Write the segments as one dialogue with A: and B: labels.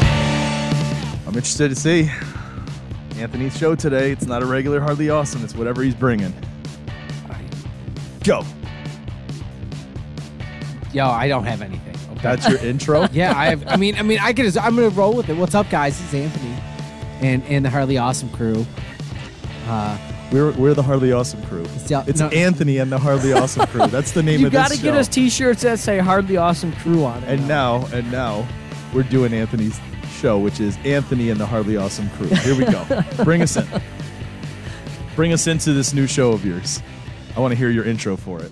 A: I'm interested to see Anthony's show today. It's not a regular Hardly Awesome, it's whatever he's bringing. Go.
B: Yo, I don't have anything. Okay.
A: That's your intro.
B: yeah, I have. I mean, I mean, I can. I'm gonna roll with it. What's up, guys? It's Anthony, and and the Harley Awesome crew. Uh,
A: We're, we're the Hardly Awesome crew.
B: It's the-
A: It's
B: no.
A: Anthony and the Hardly Awesome crew. That's the name
C: You
A: of this
C: gotta get
A: show.
C: us T-shirts that say "Hardly Awesome Crew" on it.
A: and now and now we're doing Anthony's show, which is Anthony and the Hardly Awesome crew. Here we go. Bring us in. Bring us into this new show of yours. I want to hear your intro for it.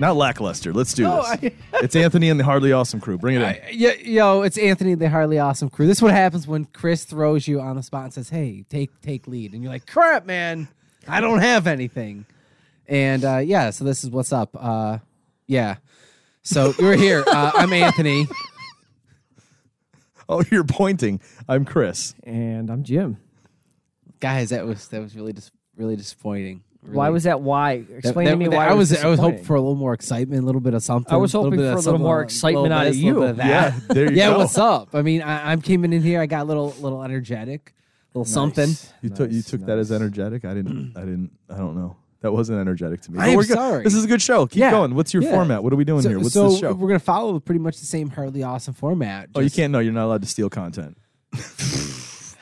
A: Not lackluster. Let's do
B: No,
A: this. it's Anthony and the Hardly Awesome crew. Bring it in.
B: I- yeah, yo, it's Anthony, the Harley Awesome crew. This is what happens when Chris throws you on the spot and says, "Hey, take take lead," and you're like, "Crap, man, I don't have anything." And uh, yeah, so this is what's up. Uh, yeah, so we're here. Uh, I'm Anthony.
A: Oh, you're pointing. I'm Chris.
C: and I'm Jim.
B: Guys, that was that was really dis- really disappointing.
C: Why
B: Really-
C: was that? Why? Explain
B: That-
C: to me
B: that-
C: why.
B: I
C: it
B: was I was hoping
C: disappointing.
B: for a little more excitement, a little bit of something.
C: I was hoping
B: bit
C: for
B: of
C: a little
B: something,
C: more
B: little
C: excitement
B: bit of
C: out of
B: this, little
C: you.
B: bit of that.
A: Yeah, there you
B: yeah.
A: go.
B: What's up? I mean, I, I came in here. I got a little little energetic, a little something.
A: You took you took that as energetic. I didn't. I didn't. I don't know. That wasn't energetic to me.
B: I
A: But
B: am
A: we're good.
B: sorry.
A: This is a good show. Keep
B: Yeah,
A: going. What's your
B: yeah.
A: format? What are we doing
B: so,
A: here? What's
B: so
A: this show?
B: we're gonna follow pretty much the same Harley Awesome format.
A: Oh, you
B: just-
A: can't. No, you're not allowed to steal content.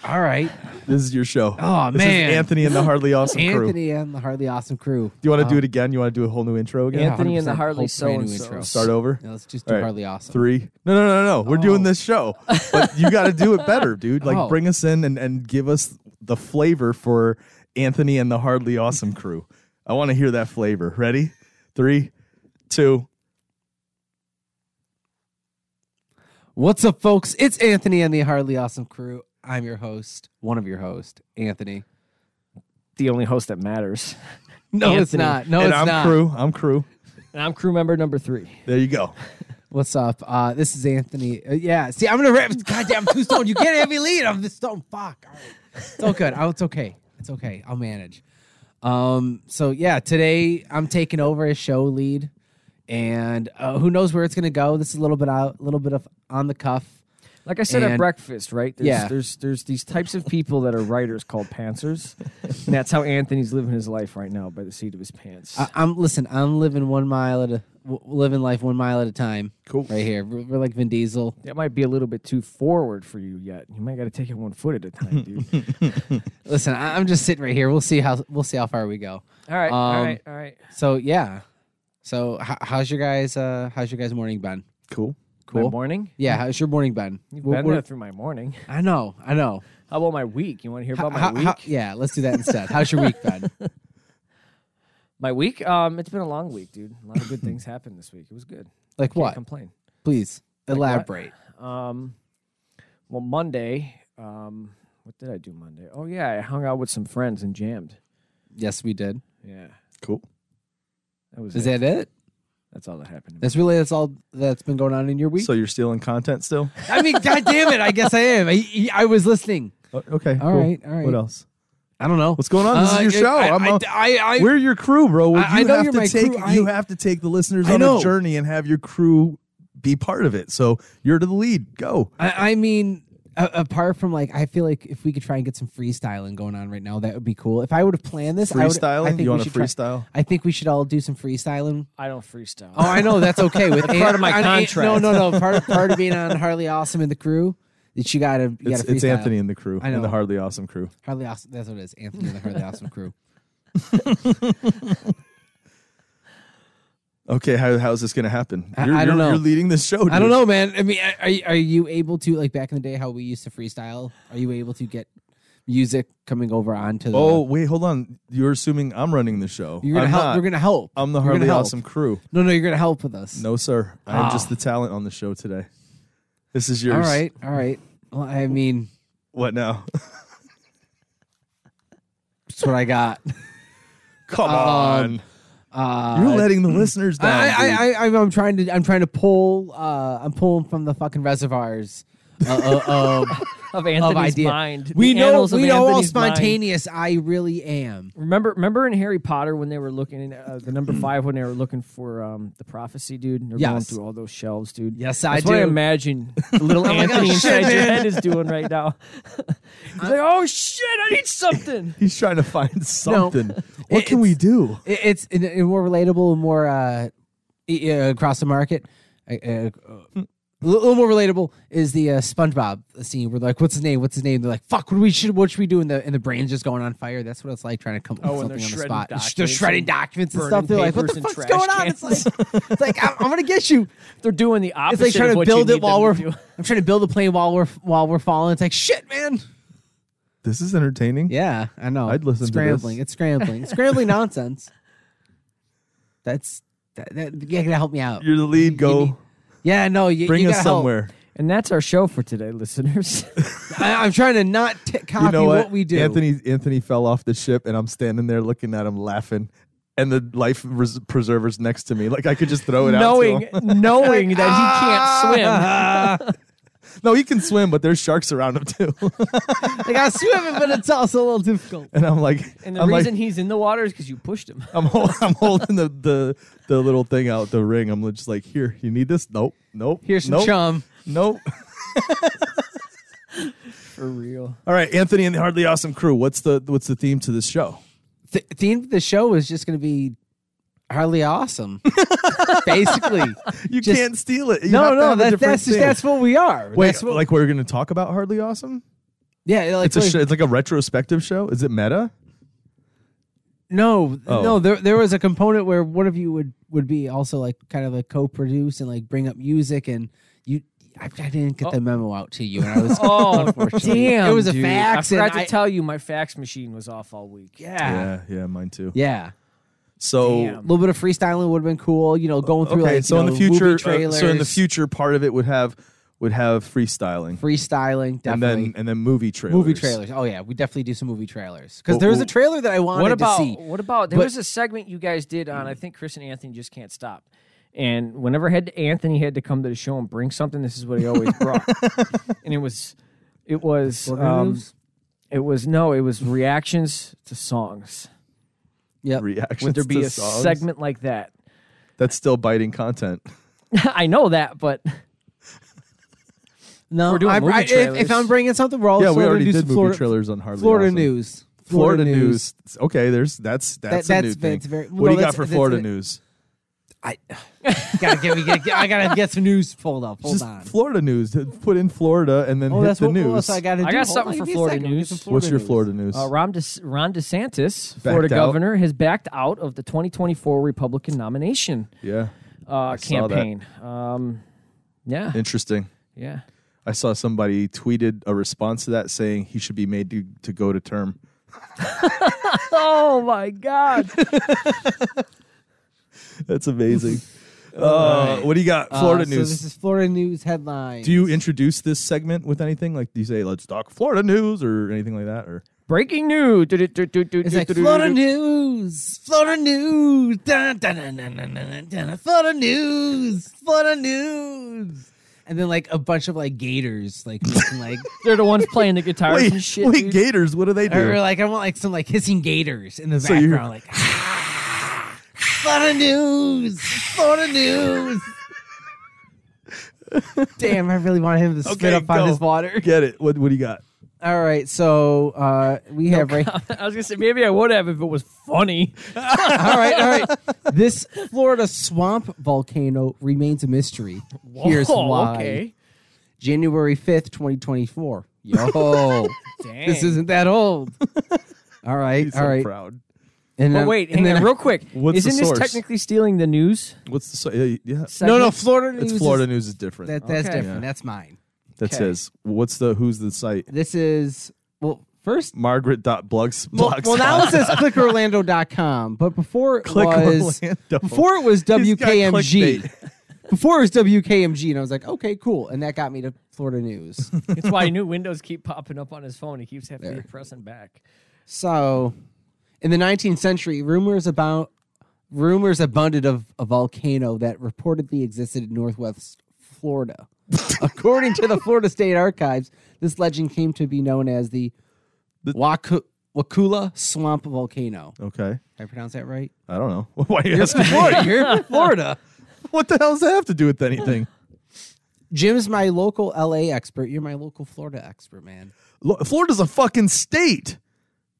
B: All right,
A: This is your show.
B: Oh,
A: This is
B: man.
A: Anthony and the Hardly Awesome Crew. Do
B: Anthony and the Harley Awesome crew.
A: you want to do it again? You want to do a whole new intro again?
C: Yeah. Anthony and the
B: 100%
C: Harley
B: whole brand new
C: so-and-so.
B: intro.
A: Start over.
B: Yeah, let's just do
A: All right.
B: Harley Awesome.
A: Three. No, no, no, no, no. We're doing
B: Oh.
A: this show, but you got to do it better, dude. Like,
B: Oh.
A: bring us in and and give us the flavor for Anthony and the Hardly Awesome Crew. I want to hear that flavor. Ready? Three, two.
B: What's up, folks? It's Anthony and the Harley Awesome crew. I'm your host, one of your hosts, Anthony.
C: the only host that matters.
B: No, it's
C: Anthony.
B: not. No,
A: and
B: it's
A: I'm
B: not.
A: crew. I'm crew.
C: And I'm crew member number three.
A: There you go.
B: What's up? Uh, this is Anthony. Uh, yeah, see, I'm gonna rap. Goddamn, two stone. You can't have me lead. I'm the stone. Fuck. All right. It's all good. Oh, it's okay. It's okay. I'll manage. Um. So yeah, today I'm taking over as show lead, and uh, who knows where it's gonna go? This is a little bit out, a little bit of on the cuff.
C: Like I said
B: And-
C: at breakfast, right? There's,
B: Yeah.
C: There's there's these types of people that are writers called pantsers, and that's how Anthony's living his life right now by the seat of his pants.
B: I, I'm listen. I'm living one mile at a w- living life one mile at a time. Cool. Right here, we're, we're like Vin Diesel.
C: that might be a little bit too forward for you yet. You might got to take it one foot at a time, dude.
B: Listen, I, I'm just sitting right here. We'll see how we'll see how far we go.
C: all right,
B: Um,
C: all right, all right.
B: So yeah. So h- how's your guys? Uh, how's your guys' morning been?
A: Cool.
C: My morning.
B: Yeah, how's your morning been?
C: You've
B: Wh-
C: been
B: wh-
C: there through my morning.
B: I know, I know.
C: How about my week? You want to hear about my
B: How-
C: week?
B: how- yeah, let's do that instead. How's your week been?
C: My week? Um, it's been a long week, dude. A lot of good things happened this week. It was good.
B: Like
C: Can't
B: what?
C: complain.
B: Please
C: Like what?
B: elaborate.
C: Um, well, Monday. Um, what did I do Monday? Oh yeah, I hung out with some friends and jammed.
B: Yes, we did.
C: Yeah,
A: Cool.
C: that was
B: Is
C: it.
B: that it?
C: That's all that happened.
B: That's really that's all that's been going on in your week.
A: So you're stealing content still?
B: I mean, god damn it! I guess I am. I, I was listening.
A: O- Okay.
B: All
A: cool.
B: right, all right.
A: What else?
B: I don't know
A: What's going on? This
B: Uh,
A: is your show.
B: I,
A: I'm
B: I,
A: a-
B: I- I-
A: we're your crew, bro. You
B: I- I know
A: have
B: you're
A: to
B: my
A: take
B: crew. I-
A: you have to take the listeners
B: I
A: on a
B: know.
A: journey and have your crew be part of it. So you're to the lead. Go.
B: I, I mean, a- apart from like, I feel like if we could try and get some freestyling going on right now, that would be cool. If I would have planned this, I would- I
A: Freestyling?
B: think
A: You
B: we
A: want to
B: should try-
A: freestyle?
B: I think we should all do some freestyling
C: I don't freestyle.
B: Oh, I know that's okay with
C: part of my
B: on-
C: contract.
B: no, no, no. Part of, part of being on Harley Awesome and the crew that you gotta you
A: It's,
B: gotta
A: it's
B: freestyle.
A: Anthony and the crew
B: I
A: and the
B: know.
A: Hardly Awesome crew.
B: Harley Awesome. That's what it is. Anthony and the Harley Awesome crew.
A: Okay, how, how's this going to happen?
B: I-
A: You're,
B: I don't
A: you're-
B: know.
A: You're leading this show. Dude.
B: I don't know, man. I mean, are are you able to like back in the day how we used to freestyle? Are you able to get music coming over onto the?
A: Oh wait, hold on. You're assuming I'm running the show.
B: you're gonna
A: I'm
B: help.
A: Not. Um,
B: You're gonna help.
A: I'm the
B: You're gonna
A: Hardly
B: help.
A: Awesome crew.
B: No, no, you're gonna help with us.
A: No, sir. I'm just the talent on the show today. This is yours.
B: All right, all right. Well, I mean,
A: What now?
B: that's what I got.
A: Come
B: Um,
A: on.
B: Uh,
A: You're letting the listeners down.
B: I,
A: dude.
B: I, I, I'm, I'm trying to, I'm trying to pull, uh, I'm pulling from the fucking reservoirs. Uh, uh, uh,
C: of Anthony's
B: idea.
C: mind.
B: we
C: The
B: know,
C: annals of
B: we know how
C: Anthony's mind.
B: spontaneous I really am.
C: Remember, remember in Harry Potter when they were looking uh, the number five when they were looking for um, the prophecy, dude. and They're going
B: Yes.
C: through all those shelves, dude.
B: Yes, I
C: That's what I
B: do.
C: imagine little
B: oh,
C: Anthony inside your head is doing right now. He's like, "Oh shit, I need something."
A: He's trying to find something. what
B: It-
A: can we do?
B: It, it's in, in more relatable, more uh, e- uh, across the market. Uh, uh, a little more relatable is the uh, SpongeBob scene where they're like, "What's his name? What's his name?" They're like, "Fuck! What do we should? What should we do?" And the and the brain's just going on fire. That's what it's like trying to come up
C: Oh,
B: with
C: and they're
B: something on the
C: shredding
B: spot.
C: documents and
B: they're shredding documents and
C: burning
B: stuff. They're like, "What
C: papers and
B: the fuck's
C: trash
B: going on?" It's
C: cans.
B: like, it's like I'm, I'm gonna get you.
C: They're doing the
B: It's
C: opposite.
B: like trying
C: of
B: to
C: what you
B: build
C: need
B: it while we're.
C: them to do.
B: I'm trying to build a plane while we're while we're falling. It's like shit, man.
A: This is entertaining.
B: Yeah, I know.
A: I'd listen to this.
B: scrambling. It's scrambling. It's scrambling nonsense. That's that, that you gotta help me out.
A: You're the lead. Go
B: need- yeah, no, you
A: bring
B: you
A: us
B: gotta help.
A: somewhere.
C: And that's our show for today, listeners.
B: I, I'm trying to not t- copy
A: You know
B: what?
A: what?
B: we do.
A: Anthony Anthony fell off the ship, and I'm standing there looking at him, laughing. And the life res- preservers next to me, like I could just throw it out. to
C: knowing
A: him.
C: knowing that he can't
A: no, he can swim, but there's sharks around him too.
B: like I'm swimming, but it's also a little difficult.
A: and I'm like,
C: swim. And the
A: I'm like,
C: reason he's in the water is because you pushed him.
A: I'm, hol- I'm holding the, the the little thing out, the ring. I'm just like, here, you need this? Nope, nope.
B: Here's some
A: nope,
B: chum.
A: Nope.
C: For real.
A: All right, Anthony and the Hardly Awesome Crew. What's the what's the theme to this show?
B: Th- theme of the show is just gonna be hardly awesome, basically.
A: You
B: Just-
A: can't steal it. You have
B: no,
A: to
B: no,
A: have a
B: that,
A: different
B: that's
A: thing.
B: that's what we are.
A: Wait,
B: That's what-
A: like we're gonna talk about Hardly Awesome?
B: yeah, like,
A: It's a
B: like-
A: sh- it's like a retrospective show. Is it meta?
B: No,
A: Oh.
B: no. There, there was a component where one of you would would be also like kind of like co-produce and like bring up music, and you, I, I didn't
A: Oh.
B: get the memo out to you, and I was
C: Oh
B: unfortunately,
C: damn!
B: it was a
C: dude.
B: fax,
C: I
B: and
C: forgot
B: I,
C: to tell you, my fax machine was off all week.
B: yeah,
A: yeah, yeah, mine too.
B: Ah. yeah.
A: So
B: A little bit of freestyling would have been cool, you know, going through
A: okay,
B: like
A: so
B: you
A: in the
B: know, movie
A: future, uh,
B: trailers,
A: so in the future, part of it would have would have freestyling,
B: freestyling
A: and
B: definitely.
A: then and then movie trailers.
B: Movie trailers. Oh yeah, we definitely do some movie trailers because
A: Well,
B: there was a
A: well,
B: trailer that I wanted
C: What about
B: to see.
C: what about there
B: But-
C: was a segment you guys did on I think Chris and Anthony just can't stop. And whenever had Anthony had to come to the show and bring something, this is what he always brought. and it was it was
B: Organ
C: um,
B: moves?
C: it was no, it was reactions to songs.
B: Yep.
A: Reactions
C: Would there
A: to
C: be a
A: songs?
C: segment like that?
A: that's still biting content?
C: I know that, but
B: No,
C: We're doing
B: I,
C: movie
B: I, if,
C: trailers.
B: if I'm bringing something, we're also
A: yeah, we
B: gonna
A: already
B: do
A: did
B: some
A: movie
B: Florida,
A: trailers on Hardly
B: Florida
A: Awesome.
B: news.
A: Florida news. Okay, there's that's that's a
B: that's
A: new
B: ve-
A: thing.
B: it's very-
A: what
B: no,
A: do you
B: that's-
A: got for
B: that's
A: Florida
B: it.
A: news?
B: gotta get, we gotta get, I gotta get some news pulled up. Hold
A: Just
B: on.
A: Florida news. Put in Florida and then
B: oh,
A: hit
B: that's
A: the
B: what, what
A: news.
B: else I gotta do.
C: I got
B: Hold
C: something for
B: on, give me a
C: Florida
B: second, we'll get
C: news.
B: some
A: What's your
B: news.
A: Florida news?
C: uh, Ron, De- Ron DeSantis, Florida
A: out.
C: governor, has backed out of the 2024 Republican nomination
A: yeah, saw
C: uh,
A: that.
C: campaign. Um, yeah,
A: interesting.
C: yeah.
A: I saw somebody tweeted a response to that saying he should be made to, to go to term.
C: Oh my God!
A: That's amazing. uh, What do you got? Florida
B: Uh, so
A: news.
B: this is Florida news headline.
A: do you introduce this segment with anything? Like, do you say, let's talk Florida news or anything like that? Or
C: Breaking news.
B: It's like Florida news, Florida news, dun, dun, dun, dun, dun, dun, dun, dun, Florida news, Florida news, and then like a bunch of like gators, like making, like
C: They're the ones playing the guitars
A: wait,
C: and shit.
A: wait,
C: dude.
A: Gators, what do they do?
B: or like I want like some like hissing gators in the
A: So you're-
B: background, like "Ah, Florida news, Florida news. Damn, I really want him to spit
A: Okay,
B: up on
A: go.
B: his water.
A: Get it? What What do you got?
B: All right, so uh, we have right.
C: I was gonna say maybe I would have if it was funny.
B: All right, all right. This Florida swamp volcano remains a mystery. Here's
C: Whoa,
B: why.
C: Okay.
B: January 5th, 2024. Yo.
C: Dang.
B: this isn't that old. All right,
A: He's so
B: all right.
A: proud.
B: And
C: But
B: then-
C: wait,
B: and
C: hang
B: then
C: on, real quick.
A: What's the
C: Isn't this
A: source?
C: technically stealing the news?
A: What's the so- yeah, yeah.
B: No,
C: segment?
B: no, Florida news.
A: It's
B: is-
A: Florida news is different.
B: that, that's
C: Okay.
B: different.
A: Yeah.
B: That's mine.
A: That's
C: okay.
A: his. What's the Who's the site?
B: This is well, first
A: Margaret dot blogs
B: well, well, now it says clickorlando.com, but before it was
A: Orlando.
B: before it was
A: He's got
B: WKMG.
A: clickbait.
B: Before it was WKMG, and I was like, okay, cool, and that got me to Florida News.
C: It's why new windows keep popping up on his phone. He keeps having to press them back.
B: so, in the 19th century, rumors about rumors abounded of a volcano that reportedly existed in Northwest Florida. According to the Florida State Archives, this legend came to be known as the,
A: The-
B: Waku- Wakula Swamp Volcano.
A: Okay.
B: Did I pronounce that right?
A: I don't know. Why are you asking Florida?
B: You're from Florida.
A: What the hell does that have to do with anything?
B: Jim's my local LA expert. You're my local Florida expert, man.
A: Lo- Florida's a fucking state.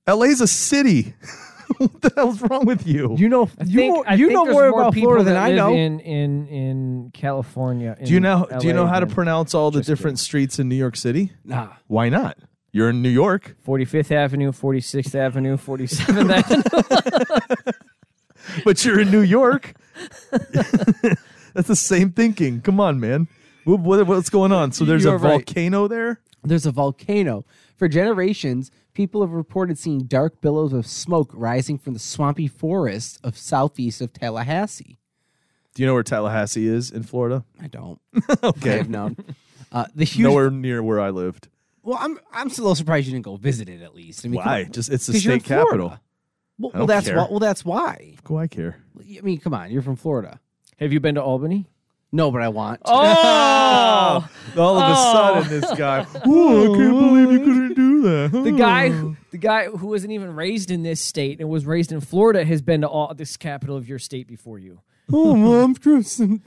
A: LA's a city. what the hell's wrong with you?
B: You know,
C: I
B: you,
C: think-
B: know-
C: I
B: you
C: think
B: know
C: there's
B: more
C: more
B: about
C: people
B: Florida than
C: that
B: I
C: live
B: know.
C: In in in California.
A: do you
C: in
A: know do you know
C: LA
A: how to
C: than
A: pronounce all the different streets in New York City?
B: nah,
A: Why not? You're in New York.
C: 45th Avenue, 46th Avenue, 47th Avenue.
A: but you're in New York. That's the same thinking. Come on, man. What, what- what's going on? So there's
B: You're
A: a
B: right.
A: volcano there.
B: there's a volcano. For generations, people have reported seeing dark billows of smoke rising from the swampy forests of southeast of Tallahassee.
A: Do you know where Tallahassee is in Florida?
B: I don't. I
A: Okay,
B: have known. Uh, the huge.
A: nowhere near where I lived.
B: Well, I'm I'm still surprised you didn't go visit it at least. I mean, come
A: Why?
B: on.
A: Just it's the
B: 'Cause you're in
A: state capital.
B: Florida. Well,
A: I
B: well
A: don't
B: that's
A: care.
B: why. Well, that's why.
A: Go, I care.
B: I mean, come on, you're from Florida.
C: Have you been to Albany?
B: No, but I want.
C: Oh,
A: All of a sudden, this guy. Oh, I can't believe you couldn't do that.
C: the guy, who- the guy who wasn't even raised in this state and was raised in Florida has been to all this capital of your state before you.
B: oh Mom, Tristan.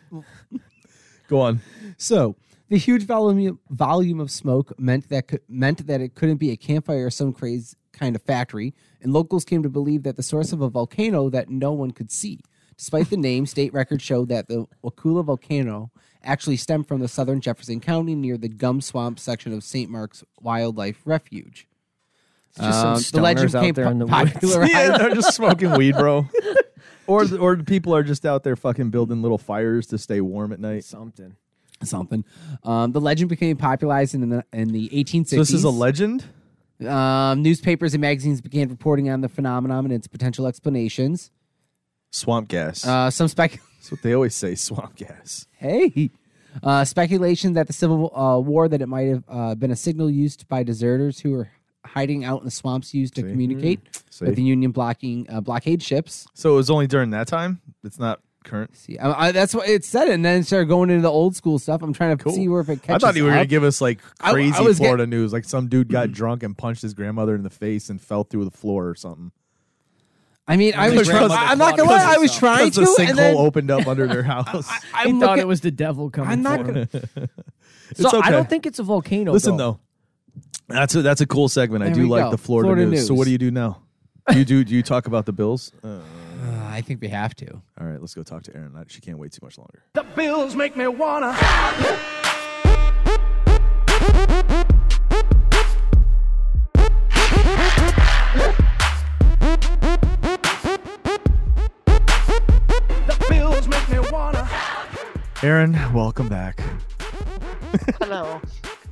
A: Go on.
B: So the huge volume volume of smoke meant that could, meant that it couldn't be a campfire or some crazy kind of factory, and locals came to believe that the source of a volcano that no one could see. Despite the name, state records show that the Wakula volcano actually stemmed from the southern Jefferson County near the Gum Swamp section of St. Mark's Wildlife Refuge.
C: just some
B: Um,
C: Uh, stoners out there in the woods.
B: popularized-
A: Yeah, they're just smoking weed, bro. Or, or people are just out there fucking building little fires to stay warm at night.
C: Something.
B: something. Um, the legend became popularized in the in the 1860s.
A: So this is a legend.
B: Um, newspapers and magazines began reporting on the phenomenon and its potential explanations.
A: Swamp gas.
B: Uh, some spec.
A: That's what they always say, swamp gas.
B: hey. Uh, speculation that the Civil uh, War that it might have uh, been a signal used by deserters who were hiding out in the swamps used to communicate
A: See.
B: with the Union blocking uh, blockade ships.
A: So it was only during that time? It's not current.
B: See, I, I, that's what it said, and then started going into the old school stuff. I'm trying to
A: Cool.
B: see where if it
A: I
B: catches
A: thought you were
B: up.
A: going to give us like
B: I- I
A: crazy
B: was get- Mm-hmm.
A: Florida news. Like some dude got drunk and punched his grandmother in the face and fell through the floor or something.
B: I mean, I
C: His
B: was. Trying,
C: grandmother
B: I'm not gonna
C: caught
B: lie. I was
C: herself.
B: trying
A: Because
B: to,
A: a sinkhole
B: and then
A: opened up under their house.
C: I
B: I'm
C: thought
B: looking-
C: it was the devil coming.
B: I'm not
C: for
B: gonna-
C: him.
A: it's
C: So
A: okay.
C: I don't think it's a volcano.
A: Listen, though. That's a, that's a cool segment. I
B: There
A: do
B: we
A: like
B: go.
A: the Florida,
B: Florida
A: news. So
B: news.
A: what do you do now? Do you do do you talk about the Bills? Uh,
B: Uh, I think we have to.
A: all right, let's go talk to Erin. I- She can't wait too much longer. Erin, welcome back.
D: Hello.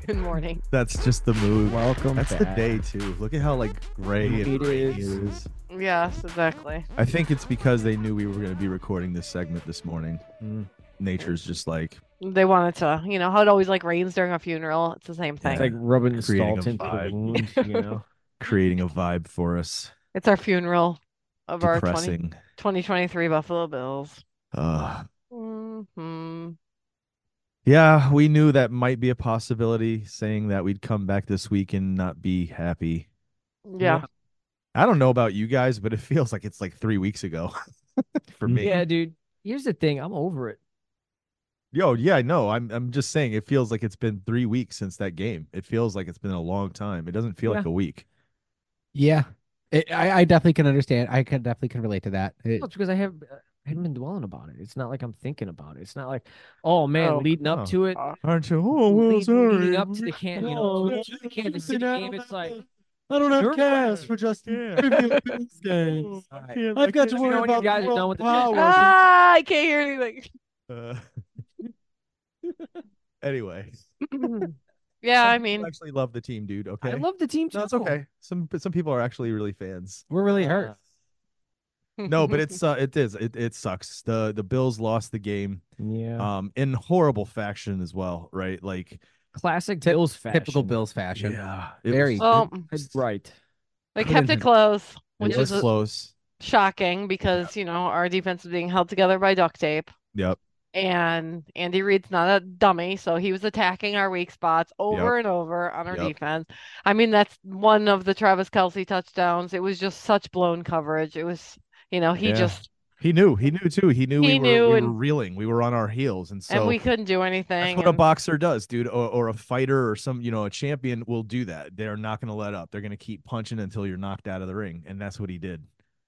D: Good morning.
A: That's just the mood.
C: Welcome.
A: That's the
C: back.
A: day too. Look at how like gray and
C: It
A: rainy
C: is.
A: it is.
D: Yes, exactly.
A: I think it's because they knew we were going to be recording this segment this morning.
C: Mm.
A: Nature's just like
D: They wanted to, you know, how it always like rains during a funeral. It's the same thing.
C: It's like rubbing the
A: Creating a
C: salt into the
A: vibe.
C: wound. You know.
A: creating a vibe for us.
D: It's our funeral of our 20,
A: Depressing.
D: 2023 Buffalo Bills.
A: Uh,
D: hmm
A: yeah, we knew that might be a possibility. Saying that we'd come back this week and not be happy.
D: Yeah.
A: I don't know about you guys, but it feels like it's like three weeks ago for me.
C: Yeah, dude. Here's the thing. I'm over it.
A: Yo, yeah, I know. I'm I'm just saying it feels like it's been three weeks since that game. It feels like it's been a long time. It doesn't feel like
C: Yeah.
A: a week.
B: Yeah, it, I, I definitely can understand. I can definitely can relate to that. It-
C: Well, it's because I have uh, I haven't been dwelling about it. It's not like I'm thinking about it. It's not like, oh man,
D: Oh.
C: leading up
A: Oh.
C: to it,
A: Aren't you? Oh, well,
C: lead-
A: sorry.
C: leading up to the can, you know,
E: Oh,
C: to the Kansas City
E: I
C: game.
E: don't
C: It's like
E: I don't have
C: You're
E: cash
C: right.
E: for Justin
A: Yeah.
E: Fields Bills games. I've got to
C: You
E: worry
C: know when you
E: about
C: guys are
E: the
C: done with the-
E: power.
D: Ah, I can't hear anything.
A: Uh, anyway,
D: yeah,
A: some
D: I
A: people
D: mean,
A: actually love the team, dude. Okay,
C: I love the team.
A: No, it's
C: too.
A: okay. Some some people are actually really fans.
B: We're really hurt.
A: no, but it's uh, it is it, it sucks. The the Bills lost the game,
C: Yeah.
A: um, in horrible fashion as well, right? Like
C: Classic Bills fashion.
B: Typical Bills fashion.
A: yeah,
B: Very.
A: was,
D: well,
C: Right.
D: they kept it close, which
A: it was
D: is uh,
A: close.
D: shocking because you know our defense is being held together by duct tape.
A: Yep.
D: And Andy Reid's not a dummy, so he was attacking our weak spots over and over on our
A: Yep.
D: defense. I mean, that's one of the Travis Kelsey touchdowns. It was just such blown coverage. It was, you know, he
A: Yeah.
D: just
A: He knew. He knew too. He knew
D: He
A: we were
D: knew
A: we were
D: and-
A: reeling. We were on our heels, and so
D: and we couldn't do
A: That's
D: anything.
A: what a
D: and-
A: boxer does, dude, or, or a fighter or some, you know, a champion will do that. They're not going to let up. They're going to keep punching until you're knocked out of the ring, and that's what he did.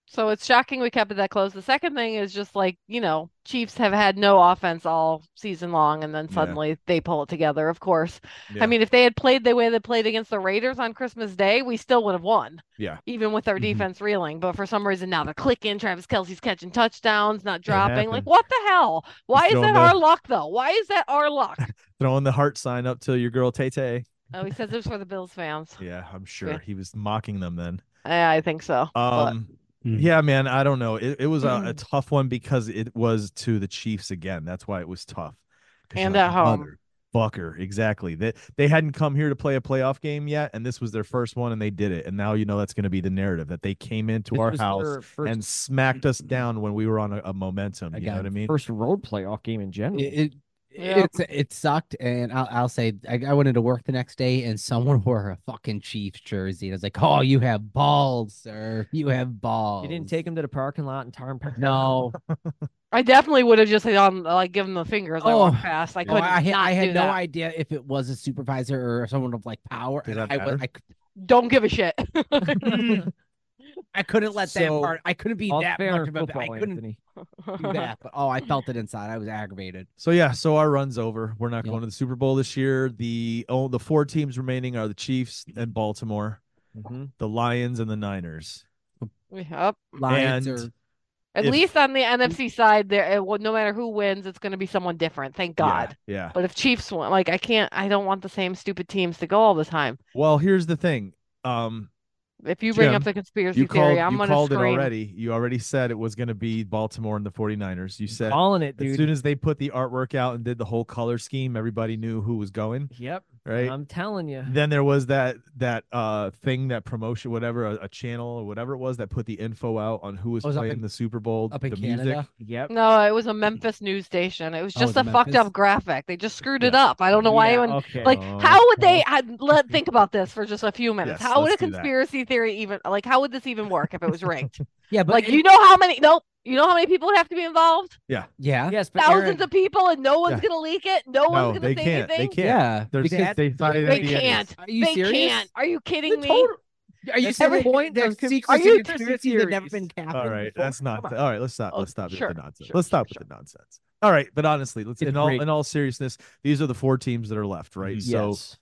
D: So it's shocking we kept it that close. The second thing is just like, you know, Chiefs have had no offense all season long, and then
A: Yeah.
D: suddenly they pull it together, of course.
A: Yeah.
D: I mean, if they had played the way they played against the Raiders on Christmas Day, we still would have won.
A: Yeah.
D: Even with our
A: Mhm.
D: defense reeling. But for some reason now they're clicking. Travis Kelsey's catching touchdowns, not dropping.
A: happened.
D: Like, what the hell? Why is
A: throwing
D: that
A: the-
D: our luck though? Why is that our luck?
A: throwing the heart sign up to your girl Tay Tay.
D: Oh, he says it was for the Bills fans.
A: Yeah, I'm sure he was mocking them then.
D: Yeah, I think so. But Mm.
A: Um,
C: Hmm.
F: Mm.
A: yeah, man, I don't know. It, it was a, a tough one because it was to the Chiefs again. That's why it was tough. 'Cause you're
D: And
A: like,
D: at home.
A: "Mother Fucker, exactly. They they hadn't come here to play a playoff game yet, and this was their first one, and they did it. And now you know that's going to be the narrative that they came into
C: This
A: our
C: was
A: house
C: their first,
A: and smacked us down when we were on a, a momentum. You know
B: Again,
A: what I mean?
C: first road playoff game in general.
B: It, it,
D: Yeah.
B: it's- it, sucked, and I'll, I'll say I, I went into work the next day, and someone wore a fucking Chiefs jersey, and I was like, "Oh, you have balls, sir! You have balls."
C: you didn't take him to the parking lot and tar him.
B: Oh, No,
D: I definitely would have just um, like given the finger as I walked
B: Oh.
D: past. I
B: Oh,
D: couldn't
B: I, had-
D: not
B: I had
D: do
B: no
D: that.
B: idea if it was a supervisor or someone of like power.
A: Does
B: and
A: that
B: I, wa-
A: matter?
B: I c-
D: Don't give a shit.
B: I couldn't let that
C: So,
B: part. I couldn't be
C: All
B: that
C: fair
B: much
C: in
B: of a. I
C: football,
B: couldn't
C: Anthony.
B: do that. But oh, I felt it inside. I was aggravated.
A: So yeah, so our run's over. We're not
B: Yep.
A: going to the Super Bowl this year. The oh, the four teams remaining are the Chiefs and Baltimore,
C: Mm-hmm.
A: the Lions and the Niners.
D: Yep.
B: Lions
A: And-
B: are
D: At
A: If-
D: least on the NFC side, there. It, well, no matter who wins, it's going to be someone different. Thank
A: Yeah,
D: God.
A: Yeah.
D: But if Chiefs win, like I can't. I don't want the same stupid teams to go all the time.
A: Well, here's the thing. Um,
D: If you bring
A: Jim,
D: up the conspiracy
A: you
D: theory,
A: called
D: I'm
A: you
D: going
A: called
D: to
A: it
D: scream.
A: already. You already said it was going to be Baltimore and the 49ers. You said
C: Calling it, dude.
A: as soon as they put the artwork out and did the whole color scheme, everybody knew who was going,
C: yep.
A: right?
C: I'm telling you.
A: then there was that that uh thing that promotion whatever a, a channel or whatever it was that put the info out on who was,
B: Oh, it was up
A: playing
B: in-
A: the Super Bowl
B: up in
A: the music
B: Canada.
C: Yep.
D: No, it was a Memphis news station. It was
B: Oh,
D: just
B: the
D: a fucked
B: Memphis?
D: up graphic. They just screwed it
A: Yeah.
D: up. I don't know why
C: Yeah,
D: anyone.
C: okay.
D: Like,
A: Oh,
D: how would they?
A: okay.
D: I, let think about this for just a few minutes.
A: Yes,
D: how would a
A: let's do that.
D: conspiracy theory even like? How would this even work if it was rigged?
B: yeah, but
D: like,
B: it-
D: you know how many? Nope. You know how many people would have to be involved?
B: yeah,
C: yes, but
D: Thousands
C: Aaron,
D: of people, and no one's gonna leak it. No,
A: no
D: one's Oh, gonna
A: they
D: say
A: can't they
D: anything.
A: can't They're,
B: because-
A: they decided
D: They
A: at the end-
D: can't.
B: Are you
D: they
B: serious?
D: can't. Are you kidding me?
B: Are
C: That's
B: you
C: the
B: serious?
C: point
B: There's
C: of con-
B: secrets
C: Are
B: and
C: you
B: conspiracies that have never been captured.
A: all right
B: before.
A: that's not
C: Come
A: all right let's stop
D: Oh,
A: let's stop
D: sure,
A: with the nonsense
D: sure,
A: let's stop
D: sure,
A: with the nonsense all right but honestly let's
C: It's
A: in all
C: rigged.
A: in all seriousness these are the four teams that are left right so
C: Mm-hmm. Yes.